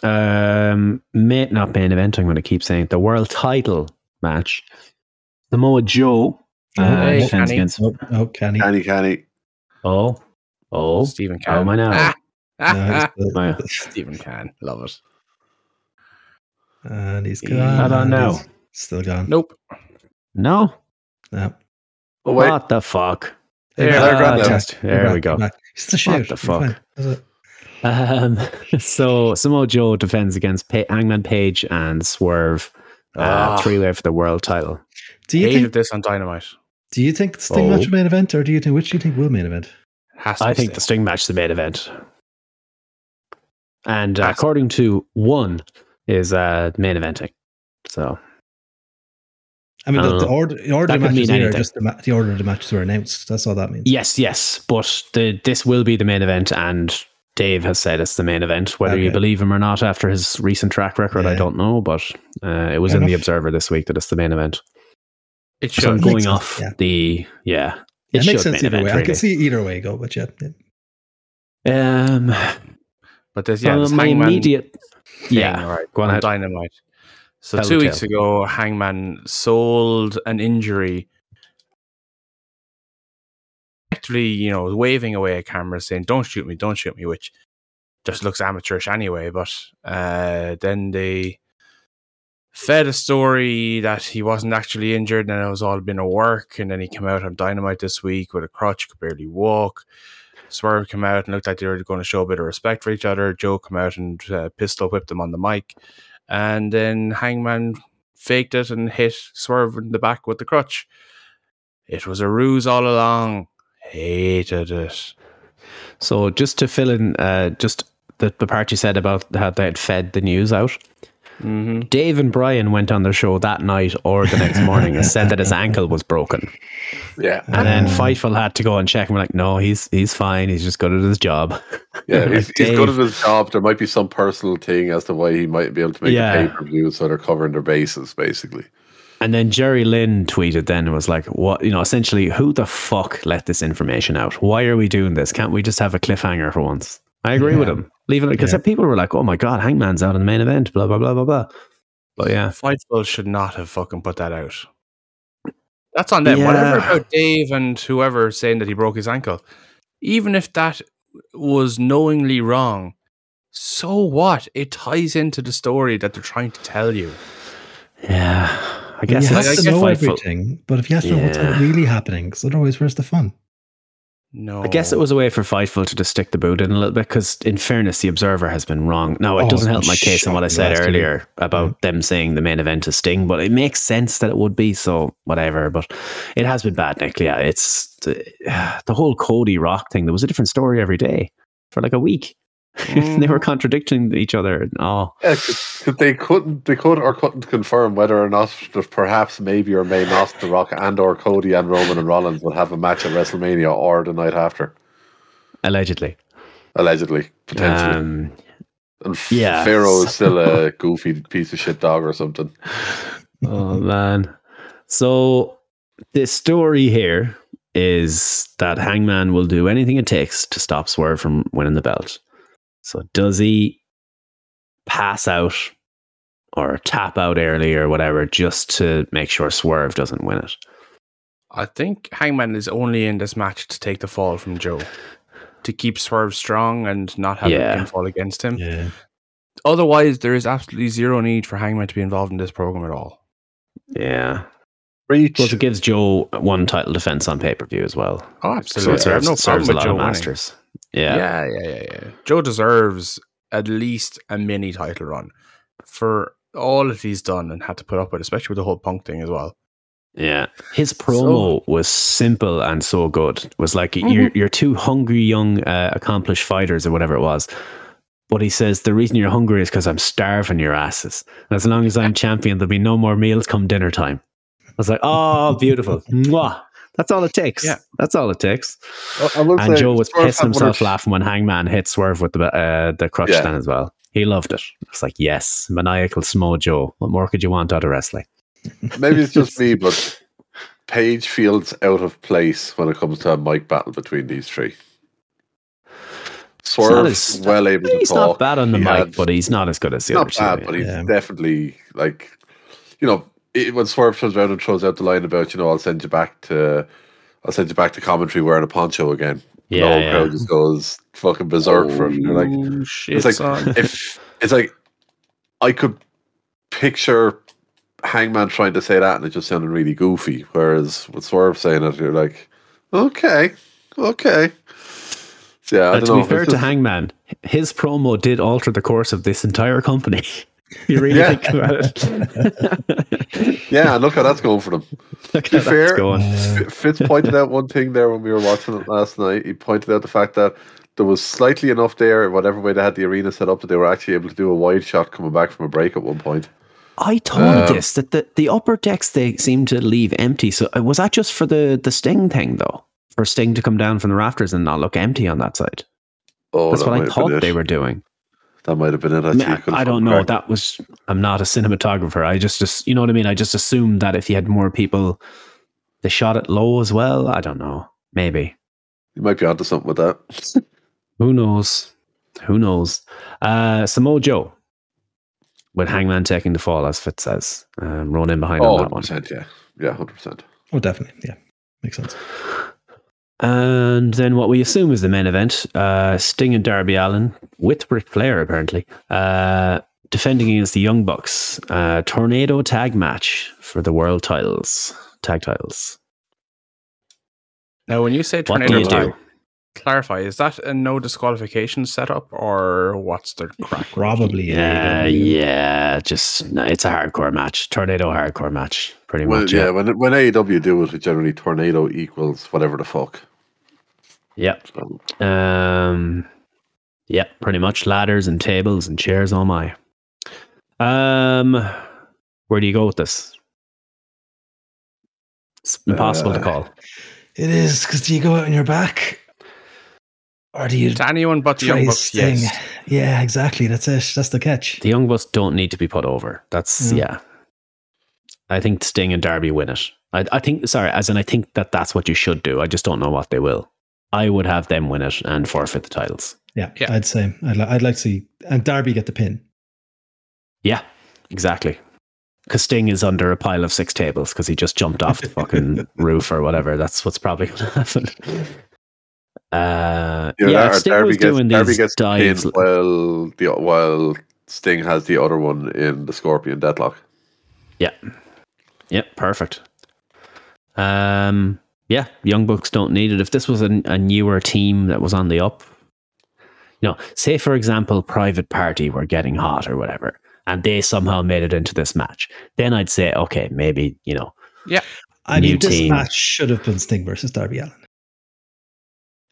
[SPEAKER 3] Um, may not main event. I'm going to keep saying it. the world title match. Samoa Joe. Uh,
[SPEAKER 4] Hey,
[SPEAKER 3] defends
[SPEAKER 5] Kenny.
[SPEAKER 3] against-
[SPEAKER 4] Oh, oh can he?
[SPEAKER 6] Canny, canny.
[SPEAKER 3] oh, oh,
[SPEAKER 5] Stephen Can.
[SPEAKER 3] how am I now?
[SPEAKER 5] Ah,
[SPEAKER 4] No,
[SPEAKER 5] ah,
[SPEAKER 4] he's good.
[SPEAKER 3] My-
[SPEAKER 5] ah. Stephen Can. Love it.
[SPEAKER 4] and he's gone.
[SPEAKER 5] I
[SPEAKER 3] don't
[SPEAKER 4] and
[SPEAKER 3] know.
[SPEAKER 4] he's Still gone.
[SPEAKER 5] Nope.
[SPEAKER 3] No,
[SPEAKER 4] No.
[SPEAKER 6] Oh wait,
[SPEAKER 3] what the fuck?
[SPEAKER 5] There,
[SPEAKER 3] Ah,
[SPEAKER 6] there, grab that.
[SPEAKER 3] test.
[SPEAKER 4] We're
[SPEAKER 3] There
[SPEAKER 4] back,
[SPEAKER 3] we go.
[SPEAKER 4] we're back. It's the shout.
[SPEAKER 3] the
[SPEAKER 4] We're
[SPEAKER 3] fuck?
[SPEAKER 4] fine. That's it.
[SPEAKER 3] Um, so Samoa Joe defends against pa- Hangman Page and Swerve. Uh,
[SPEAKER 5] Ah.
[SPEAKER 3] Three way for the world title.
[SPEAKER 4] Do you
[SPEAKER 5] Hated
[SPEAKER 4] think?
[SPEAKER 5] this on Dynamite.
[SPEAKER 4] Do you think Sting match
[SPEAKER 3] Oh.
[SPEAKER 4] main event, or do you think which do you think will main event?
[SPEAKER 5] Has to
[SPEAKER 3] I
[SPEAKER 5] be
[SPEAKER 3] think
[SPEAKER 5] Sting.
[SPEAKER 3] the Sting match is the main event. And uh,
[SPEAKER 5] Awesome.
[SPEAKER 3] according to one, is uh, main eventing. So
[SPEAKER 4] I mean, the, the
[SPEAKER 3] Uh,
[SPEAKER 4] order, the order
[SPEAKER 3] that
[SPEAKER 4] of
[SPEAKER 3] could
[SPEAKER 4] matches
[SPEAKER 3] mean
[SPEAKER 4] here are
[SPEAKER 3] anything.
[SPEAKER 4] just the, ma- the order of the matches were announced. That's all that means.
[SPEAKER 3] yes, yes, but the, this will be the main event, and Dave has said it's the main event. Whether you
[SPEAKER 4] Okay.
[SPEAKER 3] believe him or not, after his recent track record, I
[SPEAKER 4] Yeah.
[SPEAKER 3] don't know. But uh, it was
[SPEAKER 4] Fair
[SPEAKER 3] in the
[SPEAKER 4] enough.
[SPEAKER 3] Observer this week that it's the main event.
[SPEAKER 5] It
[SPEAKER 3] So I'm
[SPEAKER 4] Makes
[SPEAKER 5] should.
[SPEAKER 3] going
[SPEAKER 4] sense,
[SPEAKER 3] off
[SPEAKER 4] yeah.
[SPEAKER 3] the yeah.
[SPEAKER 4] Yeah,
[SPEAKER 3] It
[SPEAKER 4] it makes
[SPEAKER 3] should
[SPEAKER 4] sense
[SPEAKER 3] main
[SPEAKER 4] either way.
[SPEAKER 3] event,
[SPEAKER 4] I
[SPEAKER 3] really.
[SPEAKER 4] can see either way go, but yeah, yeah.
[SPEAKER 3] Um,
[SPEAKER 5] But this, yeah, this
[SPEAKER 3] uh, my
[SPEAKER 5] Hangman
[SPEAKER 3] immediate.
[SPEAKER 5] thing,
[SPEAKER 3] Yeah,
[SPEAKER 5] right,
[SPEAKER 3] go on
[SPEAKER 5] on
[SPEAKER 3] ahead.
[SPEAKER 5] Dynamite. So
[SPEAKER 3] Tell
[SPEAKER 5] two
[SPEAKER 3] the
[SPEAKER 5] weeks ago, Hangman sold an injury. Actually, you know, waving away a camera, saying "Don't shoot me, don't shoot me," which just looks amateurish anyway. But uh, then they fed a story that he wasn't actually injured, and it was all been a work. And then he came out on Dynamite this week with a crutch, could barely walk. Swerve came out and looked like they were going to show a bit of respect for each other. Joe came out and uh, pistol whipped him on the mic, and then Hangman faked it and hit Swerve in the back with the crutch. It was a ruse all along. Hated it.
[SPEAKER 3] So just to fill in, uh, just the, the part you said about how they had fed the news out.
[SPEAKER 5] Mm-hmm.
[SPEAKER 3] Dave and Brian went on their show that night or the next morning and said that his ankle was broken.
[SPEAKER 6] Yeah,
[SPEAKER 3] And then
[SPEAKER 4] Ah.
[SPEAKER 3] Fightful had to go and check and we're like, no, he's he's fine. He's just good at his job.
[SPEAKER 6] yeah. He's, he's
[SPEAKER 3] Dave.
[SPEAKER 6] good at his job. There might be some personal thing as to why he might be able to make
[SPEAKER 3] Yeah.
[SPEAKER 6] a pay per view, so they're covering their bases basically.
[SPEAKER 3] And then Jerry Lynn tweeted then and was like, what, you know, essentially, who the fuck let this information out? Why are we doing this? Can't we just have a cliffhanger for once? I agree with
[SPEAKER 4] Yeah.
[SPEAKER 3] him. Leave it because
[SPEAKER 4] Yeah.
[SPEAKER 3] people were like, oh my God, Hangman's out in the main event, blah, blah, blah, blah, blah. But yeah.
[SPEAKER 5] Fightful should not have fucking put that out. That's on them.
[SPEAKER 3] Yeah.
[SPEAKER 5] Whatever about Dave and whoever saying that he broke his ankle, even if that was knowingly wrong, so what? It ties into the story that they're trying to tell you.
[SPEAKER 3] Yeah. I
[SPEAKER 4] I mean,
[SPEAKER 3] guess
[SPEAKER 4] you
[SPEAKER 3] it's
[SPEAKER 4] have to
[SPEAKER 5] guess
[SPEAKER 4] know
[SPEAKER 3] Fightful.
[SPEAKER 4] everything, but if you have to know what's
[SPEAKER 3] Yeah.
[SPEAKER 4] really happening, because otherwise, where's the fun?
[SPEAKER 5] No,
[SPEAKER 3] I guess it
[SPEAKER 4] Oh.
[SPEAKER 3] was a way for Fightful to just stick the boot in a little bit because, in fairness, the Observer has been wrong. Now, it
[SPEAKER 4] Oh,
[SPEAKER 3] doesn't
[SPEAKER 4] it's
[SPEAKER 3] help
[SPEAKER 4] been
[SPEAKER 3] my case on what I
[SPEAKER 4] shocking the
[SPEAKER 3] said
[SPEAKER 4] last two
[SPEAKER 3] earlier about them saying the main event is Sting, but it makes sense that it would be, so whatever. But it has been bad, Nick. Yeah, it's the, the whole Cody Rock thing. There was a different story every day for like a week. they
[SPEAKER 4] Mm.
[SPEAKER 3] were contradicting each other. Oh,
[SPEAKER 6] Yeah, 'cause- 'cause Uh, they couldn't, they could or couldn't confirm whether or not, that perhaps, maybe or may not, The Rock and or Cody and Roman and Rollins will have a match at WrestleMania or the night after,
[SPEAKER 3] allegedly.
[SPEAKER 6] allegedly, potentially.
[SPEAKER 3] Um,
[SPEAKER 6] and F-
[SPEAKER 3] yeah.
[SPEAKER 6] Pharaoh is still a goofy piece of shit dog or something.
[SPEAKER 3] oh man. So the story here is that Hangman will do anything it takes to stop Swerve from winning the belt. So does he pass out or tap out early or whatever just to make sure Swerve doesn't win it?
[SPEAKER 5] I think Hangman is only in this match to take the fall from Joe, to keep Swerve strong and not have
[SPEAKER 3] Yeah.
[SPEAKER 5] a pinfall against
[SPEAKER 3] Um,
[SPEAKER 5] him.
[SPEAKER 4] Yeah.
[SPEAKER 5] Otherwise, there is absolutely zero need for Hangman to be involved in this program at all.
[SPEAKER 3] Yeah.
[SPEAKER 6] Reach.
[SPEAKER 3] Plus, it gives Joe one title defense on pay per view as well.
[SPEAKER 5] Oh,
[SPEAKER 3] So it
[SPEAKER 5] I have
[SPEAKER 3] serves,
[SPEAKER 5] no
[SPEAKER 3] it serves
[SPEAKER 5] problem
[SPEAKER 3] a
[SPEAKER 5] with
[SPEAKER 3] lot
[SPEAKER 5] Joe
[SPEAKER 3] of
[SPEAKER 5] winning.
[SPEAKER 3] masters.
[SPEAKER 5] Yeah.
[SPEAKER 3] Yeah.
[SPEAKER 5] yeah, yeah, yeah, Joe deserves at least a mini title run for all that he's done and had to put up with, especially with the whole punk thing as well.
[SPEAKER 3] Yeah, his promo was simple and so good. It was like you're you're two hungry young uh, accomplished fighters or whatever it was. But he says the reason you're hungry is because I'm starving your asses. And as long as I'm champion, there'll be no more meals come dinner time. I was like, oh, beautiful. Mwah. That's all it takes.
[SPEAKER 5] Yeah.
[SPEAKER 3] That's all it takes.
[SPEAKER 6] I- I will
[SPEAKER 3] and
[SPEAKER 6] say,
[SPEAKER 3] Joe was
[SPEAKER 6] Swerve
[SPEAKER 3] pissing
[SPEAKER 6] had one or
[SPEAKER 3] himself
[SPEAKER 6] two-
[SPEAKER 3] laughing when Hangman hit Swerve with the uh, the crutch
[SPEAKER 6] Yeah.
[SPEAKER 3] stand as well. He loved it. It's like, yes, maniacal Smojo. What more could you want out of wrestling?
[SPEAKER 6] Maybe it's just me, but Page feels out of place when it comes to a mic battle between these three.
[SPEAKER 3] not
[SPEAKER 6] Swerve
[SPEAKER 3] as-
[SPEAKER 6] well able to
[SPEAKER 3] He's
[SPEAKER 6] talk.
[SPEAKER 3] not bad on the
[SPEAKER 6] He
[SPEAKER 3] mic,
[SPEAKER 6] had-
[SPEAKER 3] but he's not as good as the other
[SPEAKER 6] not
[SPEAKER 3] two.
[SPEAKER 6] bad, but he's
[SPEAKER 4] Yeah.
[SPEAKER 6] definitely like, you know, it, when Swerve turns around and throws out the line about, you know, I'll send you back to, I'll send you back to commentary wearing a poncho again.
[SPEAKER 3] yeah,
[SPEAKER 6] the whole
[SPEAKER 3] yeah.
[SPEAKER 6] crowd just goes fucking berserk for him. You're like,
[SPEAKER 5] Oh, shit,
[SPEAKER 6] it's like
[SPEAKER 5] son.
[SPEAKER 6] if it's like I could picture Hangman trying to say that and it just sounded really goofy. Whereas with Swerve saying it, you're like, okay, okay. So, yeah, I
[SPEAKER 3] Uh,
[SPEAKER 6] don't
[SPEAKER 3] to
[SPEAKER 6] know.
[SPEAKER 3] be fair
[SPEAKER 6] It's
[SPEAKER 3] to
[SPEAKER 6] just-
[SPEAKER 3] Hangman, his promo did alter the course of this entire company. you really
[SPEAKER 6] Yeah.
[SPEAKER 3] think about it.
[SPEAKER 6] yeah, and look how that's going for them.
[SPEAKER 3] Look
[SPEAKER 6] be
[SPEAKER 3] how that's
[SPEAKER 6] fair,
[SPEAKER 3] going.
[SPEAKER 4] Uh,
[SPEAKER 6] F- Fitz pointed out one thing there when we were watching it last night. He pointed out the fact that there was slightly enough there, whatever way they had the arena set up, that they were actually able to do a wide shot coming back from a break at one point.
[SPEAKER 3] I told
[SPEAKER 6] Um,
[SPEAKER 3] this that the, the upper decks they seem to leave empty. So uh, was that just for the the Sting thing though? For Sting to come down from the rafters and not look empty on that side.
[SPEAKER 6] Oh,
[SPEAKER 3] That's
[SPEAKER 6] that
[SPEAKER 3] what
[SPEAKER 6] might
[SPEAKER 3] I
[SPEAKER 6] have been
[SPEAKER 3] thought
[SPEAKER 6] it.
[SPEAKER 3] they were doing.
[SPEAKER 6] That might have been it.
[SPEAKER 3] I,
[SPEAKER 6] Actually,
[SPEAKER 3] mean, I-
[SPEAKER 6] Could've
[SPEAKER 3] I don't
[SPEAKER 6] fucking
[SPEAKER 3] know.
[SPEAKER 6] cracked.
[SPEAKER 3] That was I'm not a cinematographer. I just, just you know what I mean. I just assumed that if he had more people, they shot it low as well. I don't know. Maybe.
[SPEAKER 6] You might be onto something with that.
[SPEAKER 3] Who knows? Who knows? Uh, Samoa Joe with Hangman taking the fall, as Fitz says. Um, rolling in behind
[SPEAKER 6] Oh,
[SPEAKER 3] on that
[SPEAKER 6] 100
[SPEAKER 3] one.
[SPEAKER 6] percent. Yeah, yeah, hundred percent.
[SPEAKER 4] oh, definitely. Yeah. Makes sense.
[SPEAKER 3] And then what we assume is the main event uh, Sting and Darby Allen, with Ric Flair apparently, uh, defending against the Young Bucks. Uh, tornado tag match for the world titles. Tag titles.
[SPEAKER 5] now, when you say
[SPEAKER 3] What
[SPEAKER 5] tornado
[SPEAKER 3] do you
[SPEAKER 5] tag,
[SPEAKER 3] do?
[SPEAKER 5] clarify is that a no disqualification setup or what's the crack? with it?
[SPEAKER 4] Probably. E in
[SPEAKER 3] Yeah,
[SPEAKER 4] AEW.
[SPEAKER 3] Uh, yeah. Just, no, it's a hardcore match. Tornado hardcore match, pretty
[SPEAKER 6] Well,
[SPEAKER 3] much.
[SPEAKER 6] yeah,
[SPEAKER 3] Yeah.
[SPEAKER 6] when when AEW do it, it generally tornado equals whatever the fuck.
[SPEAKER 3] Yep.
[SPEAKER 6] So,
[SPEAKER 3] Um, yeah, pretty much ladders and tables and chairs. Oh my. Um, where do you go with this? It's impossible to
[SPEAKER 6] Uh,
[SPEAKER 3] call.
[SPEAKER 4] It is because do you go out on your back, or do you
[SPEAKER 5] To anyone but the
[SPEAKER 4] try
[SPEAKER 5] Young Bucks,
[SPEAKER 4] Sting?
[SPEAKER 5] yes.
[SPEAKER 4] Yeah, exactly. That's it. That's the catch.
[SPEAKER 3] The young bucks don't need to be put over. That's
[SPEAKER 4] Mm.
[SPEAKER 3] yeah. I think Sting and Darby win it. I, I think sorry, as in I think that that's what you should do. I just don't know what they will. I would have them win it and forfeit the titles.
[SPEAKER 4] Yeah,
[SPEAKER 5] Yeah.
[SPEAKER 4] I'd say I'd, li- I'd like to see and Darby get the pin.
[SPEAKER 3] Yeah, exactly. Because Sting is under a pile of six tables because he just jumped off the fucking roof or whatever. That's what's probably going to happen. Uh,
[SPEAKER 6] you know,
[SPEAKER 3] yeah,
[SPEAKER 6] that-
[SPEAKER 3] if
[SPEAKER 6] or
[SPEAKER 3] Sting
[SPEAKER 6] Darby
[SPEAKER 3] was
[SPEAKER 6] gets,
[SPEAKER 3] doing
[SPEAKER 6] Darby
[SPEAKER 3] these
[SPEAKER 6] gets the pin
[SPEAKER 3] dives.
[SPEAKER 6] while the while Sting has the other one in the Scorpion Deadlock.
[SPEAKER 3] Yep, perfect. Um, yeah, Young Bucks don't need it. If this was an, a newer team that was on the up, you know, say for example, Private Party were getting hot or whatever, and they somehow made it into this match, then I'd say, okay, maybe you know,
[SPEAKER 4] I
[SPEAKER 3] New
[SPEAKER 4] mean, this
[SPEAKER 3] team.
[SPEAKER 4] match should have been Sting versus Darby Allen.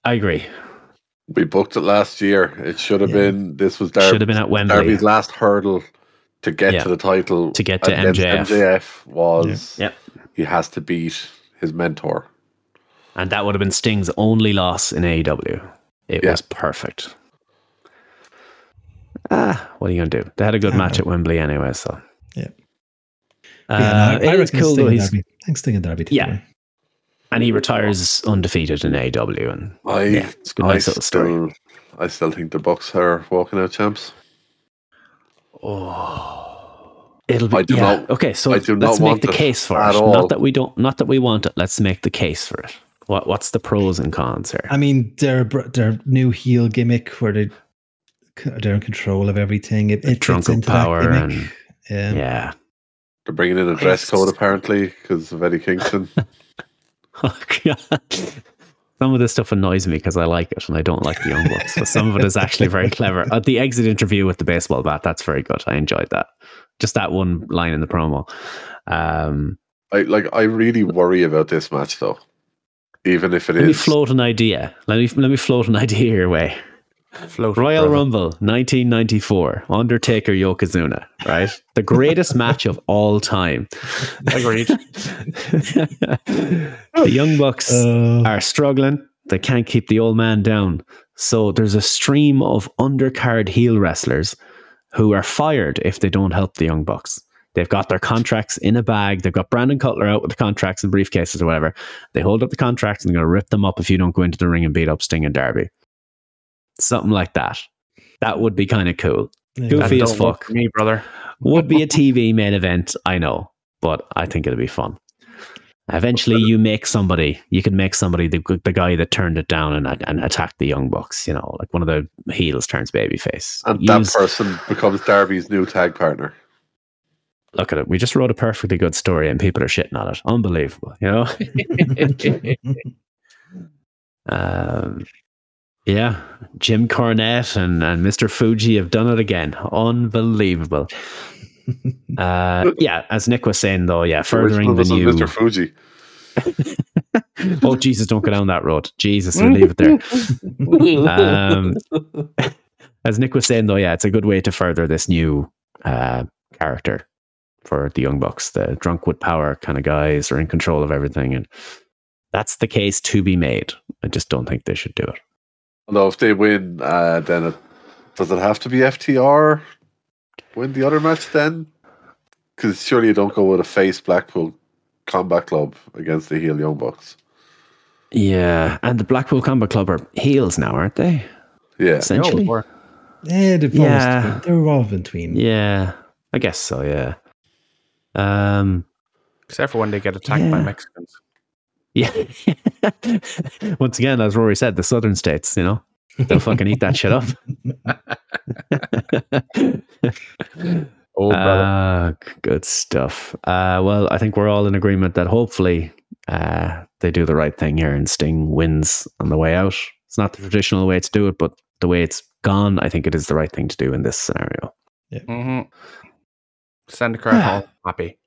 [SPEAKER 3] I agree.
[SPEAKER 6] We booked it last year. It should have
[SPEAKER 4] Yeah.
[SPEAKER 6] been. This was
[SPEAKER 3] Should
[SPEAKER 6] Darby,
[SPEAKER 3] have been at Wembley.
[SPEAKER 6] Darby's last hurdle to get
[SPEAKER 3] Yeah.
[SPEAKER 6] to the title.
[SPEAKER 3] To get to
[SPEAKER 6] and then
[SPEAKER 3] MJF.
[SPEAKER 6] MJF was
[SPEAKER 3] Yeah. Yep.
[SPEAKER 6] he has to beat his mentor.
[SPEAKER 3] And that would have been Sting's only loss in AEW. It
[SPEAKER 6] Yeah.
[SPEAKER 3] was perfect. Ah, what are you going to do? They had a good
[SPEAKER 4] Yeah.
[SPEAKER 3] match at Wembley anyway, so.
[SPEAKER 4] Yeah.
[SPEAKER 3] Uh,
[SPEAKER 4] Yeah, no,
[SPEAKER 3] it is
[SPEAKER 4] reckon
[SPEAKER 3] Uh, cool
[SPEAKER 4] Sting
[SPEAKER 3] though.
[SPEAKER 4] and
[SPEAKER 3] He's,
[SPEAKER 4] Darby. I think Sting and Darby. take
[SPEAKER 3] Yeah.
[SPEAKER 4] it away.
[SPEAKER 3] And he retires undefeated in AW. And
[SPEAKER 6] I,
[SPEAKER 3] yeah, it's a good nice
[SPEAKER 6] I
[SPEAKER 3] little story.
[SPEAKER 6] still, I still think the Bucks are walking out champs.
[SPEAKER 3] oh, It'll be
[SPEAKER 6] I do
[SPEAKER 3] yeah.
[SPEAKER 6] not-
[SPEAKER 3] okay. So
[SPEAKER 6] I do not
[SPEAKER 3] let's make
[SPEAKER 6] want
[SPEAKER 3] the
[SPEAKER 6] it
[SPEAKER 3] case for
[SPEAKER 6] at
[SPEAKER 3] it.
[SPEAKER 6] all.
[SPEAKER 3] Not that we don't. Not that we want it. Let's make the case for it. What What's the pros and cons here?
[SPEAKER 4] I mean, their br- their new heel gimmick where they c- they're in control of everything. It, it fits
[SPEAKER 3] drunken
[SPEAKER 4] into that
[SPEAKER 3] power
[SPEAKER 4] gimmick.
[SPEAKER 3] and
[SPEAKER 4] yeah.
[SPEAKER 3] yeah.
[SPEAKER 6] They're bringing in a dress
[SPEAKER 3] just-
[SPEAKER 6] code apparently because of Eddie Kingston.
[SPEAKER 3] Oh, God. Some of this stuff annoys me because I like it and I don't like the Young Bucks, but some of it is actually very clever. At the exit interview with the baseball bat, that's very good. I enjoyed that. Just that one line in the promo. Um,
[SPEAKER 6] I like. I really worry about this match though, even if it
[SPEAKER 3] let me
[SPEAKER 6] is.
[SPEAKER 3] float an idea. Let me let me float an idea your way.
[SPEAKER 5] Float,
[SPEAKER 3] Royal
[SPEAKER 5] brother.
[SPEAKER 3] Rumble 1994, Undertaker Yokozuna, right? The greatest match of all time.
[SPEAKER 5] Agreed.
[SPEAKER 3] the Young Bucks
[SPEAKER 4] Uh,
[SPEAKER 3] are struggling. They can't keep the old man down. So there's a stream of undercard heel wrestlers who are fired if they don't help the Young Bucks. They've got their contracts in a bag. They've got Brandon Cutler out with the contracts and briefcases or whatever. They hold up the contracts and they're going to rip them up if you don't go into the ring and beat up Sting and Darby. Something like that. That would be kind of cool.
[SPEAKER 4] yeah.
[SPEAKER 5] That
[SPEAKER 3] Goofy as
[SPEAKER 5] don't work
[SPEAKER 3] fuck.
[SPEAKER 5] for me, brother.
[SPEAKER 3] Would be a TV main event, I know, but I think it'll be fun. Eventually, you make somebody. You can make somebody the the guy that turned it down and and attacked the young bucks. You know, like one of the heels turns babyface.
[SPEAKER 6] and
[SPEAKER 3] Use-
[SPEAKER 6] Uh, that person becomes Darby's new tag partner.
[SPEAKER 3] look at it. We just wrote a perfectly good story, and people are shitting on it. Unbelievable, you know. Um, yeah, Jim Cornette and, and Mr. Fuji have done it again. Unbelievable. Uh, yeah, as Nick was saying though, yeah, furthering the
[SPEAKER 6] Which one was
[SPEAKER 3] new.
[SPEAKER 6] Mr. Fuji.
[SPEAKER 3] oh Jesus, don't go down that road. Jesus, we'll leave it there. Um, as Nick was saying though, yeah, it's a good way to further this new uh, character for the Young Bucks. The drunk with power kind of guys are in control of everything, and that's the case to be made. I just don't think they should do it.
[SPEAKER 6] Although if they win, uh, then it does it have to be FTR win the other match then? Because surely you don't go with a face Blackpool Combat Club against the heel Young Bucks.
[SPEAKER 3] Yeah, and the Blackpool Combat Club are heels now, aren't they?
[SPEAKER 6] Yeah,
[SPEAKER 3] Essentially.
[SPEAKER 4] yeah, they've
[SPEAKER 3] Yeah.
[SPEAKER 4] always, they're involved in between.
[SPEAKER 3] Yeah, I guess so. Yeah. Um.
[SPEAKER 5] Except for when they get attacked by
[SPEAKER 3] Yeah.
[SPEAKER 5] Mexicans.
[SPEAKER 3] Yeah. Once again, as Rory said, the southern states. You know, they'll fucking eat that shit up.
[SPEAKER 5] Oh, brother.
[SPEAKER 3] Ah, g- good stuff. Uh, well, I think we're all in agreement that hopefully uh, they do the right thing here and Sting wins on the way out. It's not the traditional way to do it, but the way it's gone, I think it is the right thing to do in this scenario.
[SPEAKER 5] hmm Send a crowd
[SPEAKER 3] Ah.
[SPEAKER 5] home happy.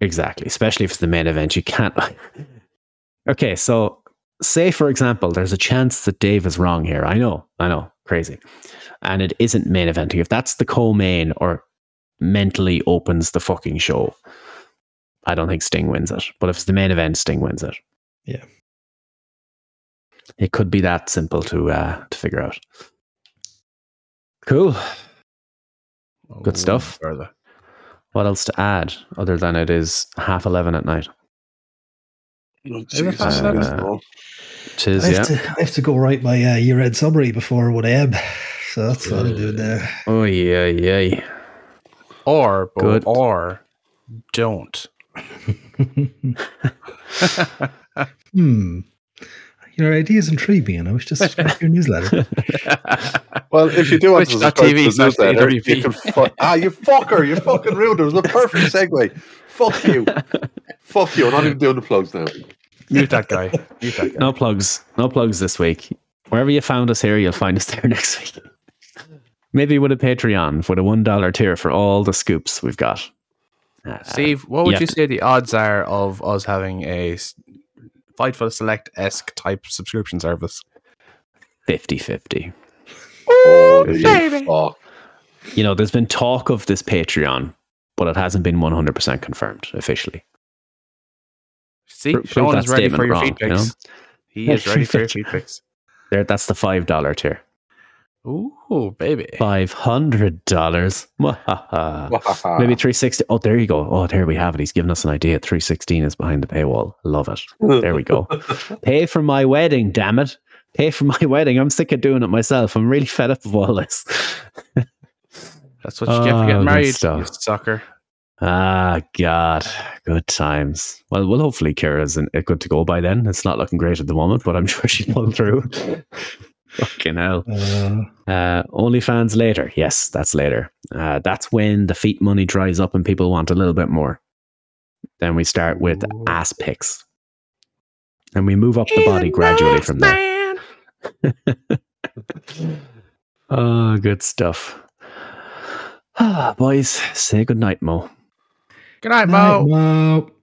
[SPEAKER 3] Exactly, especially if it's the main event. You can't. okay, so say for example, there's a chance that Dave is wrong here. I know, I know, crazy, and it isn't main eventing. If that's the co-main or mentally opens the fucking show, I don't think Sting wins it. But if it's the main event, Sting wins it.
[SPEAKER 4] Yeah.
[SPEAKER 3] it could be that simple to uh, to figure out. Cool. Good
[SPEAKER 5] Oh,
[SPEAKER 3] stuff.
[SPEAKER 5] Brother.
[SPEAKER 3] What else to add other than it is half eleven at night?
[SPEAKER 6] Oh,
[SPEAKER 4] Ever
[SPEAKER 6] Jesus,
[SPEAKER 4] thought
[SPEAKER 3] about
[SPEAKER 6] yes,
[SPEAKER 3] that?
[SPEAKER 6] no.
[SPEAKER 3] Tis
[SPEAKER 4] I have,
[SPEAKER 3] yeah.
[SPEAKER 4] to, I have to go write my uh, year-end summary before it would ebb, so that's what I'm doing now.
[SPEAKER 3] Oh yeah, yeah.
[SPEAKER 5] Or, bo-
[SPEAKER 3] Good.
[SPEAKER 5] or don't.
[SPEAKER 4] hmm. Your ideas intrigue me, and I wish to subscribe to your newsletter.
[SPEAKER 6] Well, if you do want to subscribe to
[SPEAKER 5] Twitch.tv
[SPEAKER 6] the
[SPEAKER 5] slash
[SPEAKER 6] newsletter,
[SPEAKER 5] AWP.
[SPEAKER 6] you can fu- ah, you fucker, you fucking rude. It was a perfect segue. Fuck you, fuck you. I'm not even doing the plugs now.
[SPEAKER 5] Mute that guy. Mute that guy.
[SPEAKER 3] No plugs. No plugs this week. Wherever you found us here, you'll find us there next week. Maybe with a Patreon with a one dollar tier for all the scoops we've got. Uh,
[SPEAKER 5] Steve, what would
[SPEAKER 3] yeah.
[SPEAKER 5] you say the odds are of us having a s- Fight for the Select esque type subscription service?
[SPEAKER 3] 50-50. Oh,
[SPEAKER 6] Holy fuck.
[SPEAKER 3] You know, there's been talk of this Patreon, but it hasn't been one hundred percent confirmed officially.
[SPEAKER 5] See,
[SPEAKER 3] Pro- prove
[SPEAKER 5] Sean
[SPEAKER 3] that
[SPEAKER 5] is ready for
[SPEAKER 3] statement
[SPEAKER 5] your
[SPEAKER 3] wrong,
[SPEAKER 5] feed
[SPEAKER 3] you know?
[SPEAKER 5] picks. He is ready for your feed picks.
[SPEAKER 3] There, that's the five dollar tier.
[SPEAKER 5] Ooh, baby.
[SPEAKER 3] Five hundred dollars. Maybe three sixty. Oh, there you go. Oh, there we have it. He's given us an idea. Three sixteen is behind the paywall. Love it. There we go. Pay for my wedding, damn it. Pay for my wedding. I'm sick of doing it myself. I'm really fed up of all this.
[SPEAKER 5] That's what you get for
[SPEAKER 3] Oh, good
[SPEAKER 5] getting married, you
[SPEAKER 3] stuff.
[SPEAKER 5] sucker.
[SPEAKER 3] ah, God. Good times. Well, well, hopefully Kira's in, uh, good to go by then. It's not looking great at the moment, but I'm sure she'll pull through. Fucking hell.
[SPEAKER 4] Uh,
[SPEAKER 3] Uh, OnlyFans later. Yes, that's later. Uh, that's when the feet money dries up and people want a little bit more. Then we start with
[SPEAKER 5] Ooh.
[SPEAKER 3] ass pics. And we move up the body gradually from there. oh, good stuff. Ah, boys, say goodnight, Mo.
[SPEAKER 5] Good night,
[SPEAKER 4] night,
[SPEAKER 5] Mo.
[SPEAKER 4] Mo.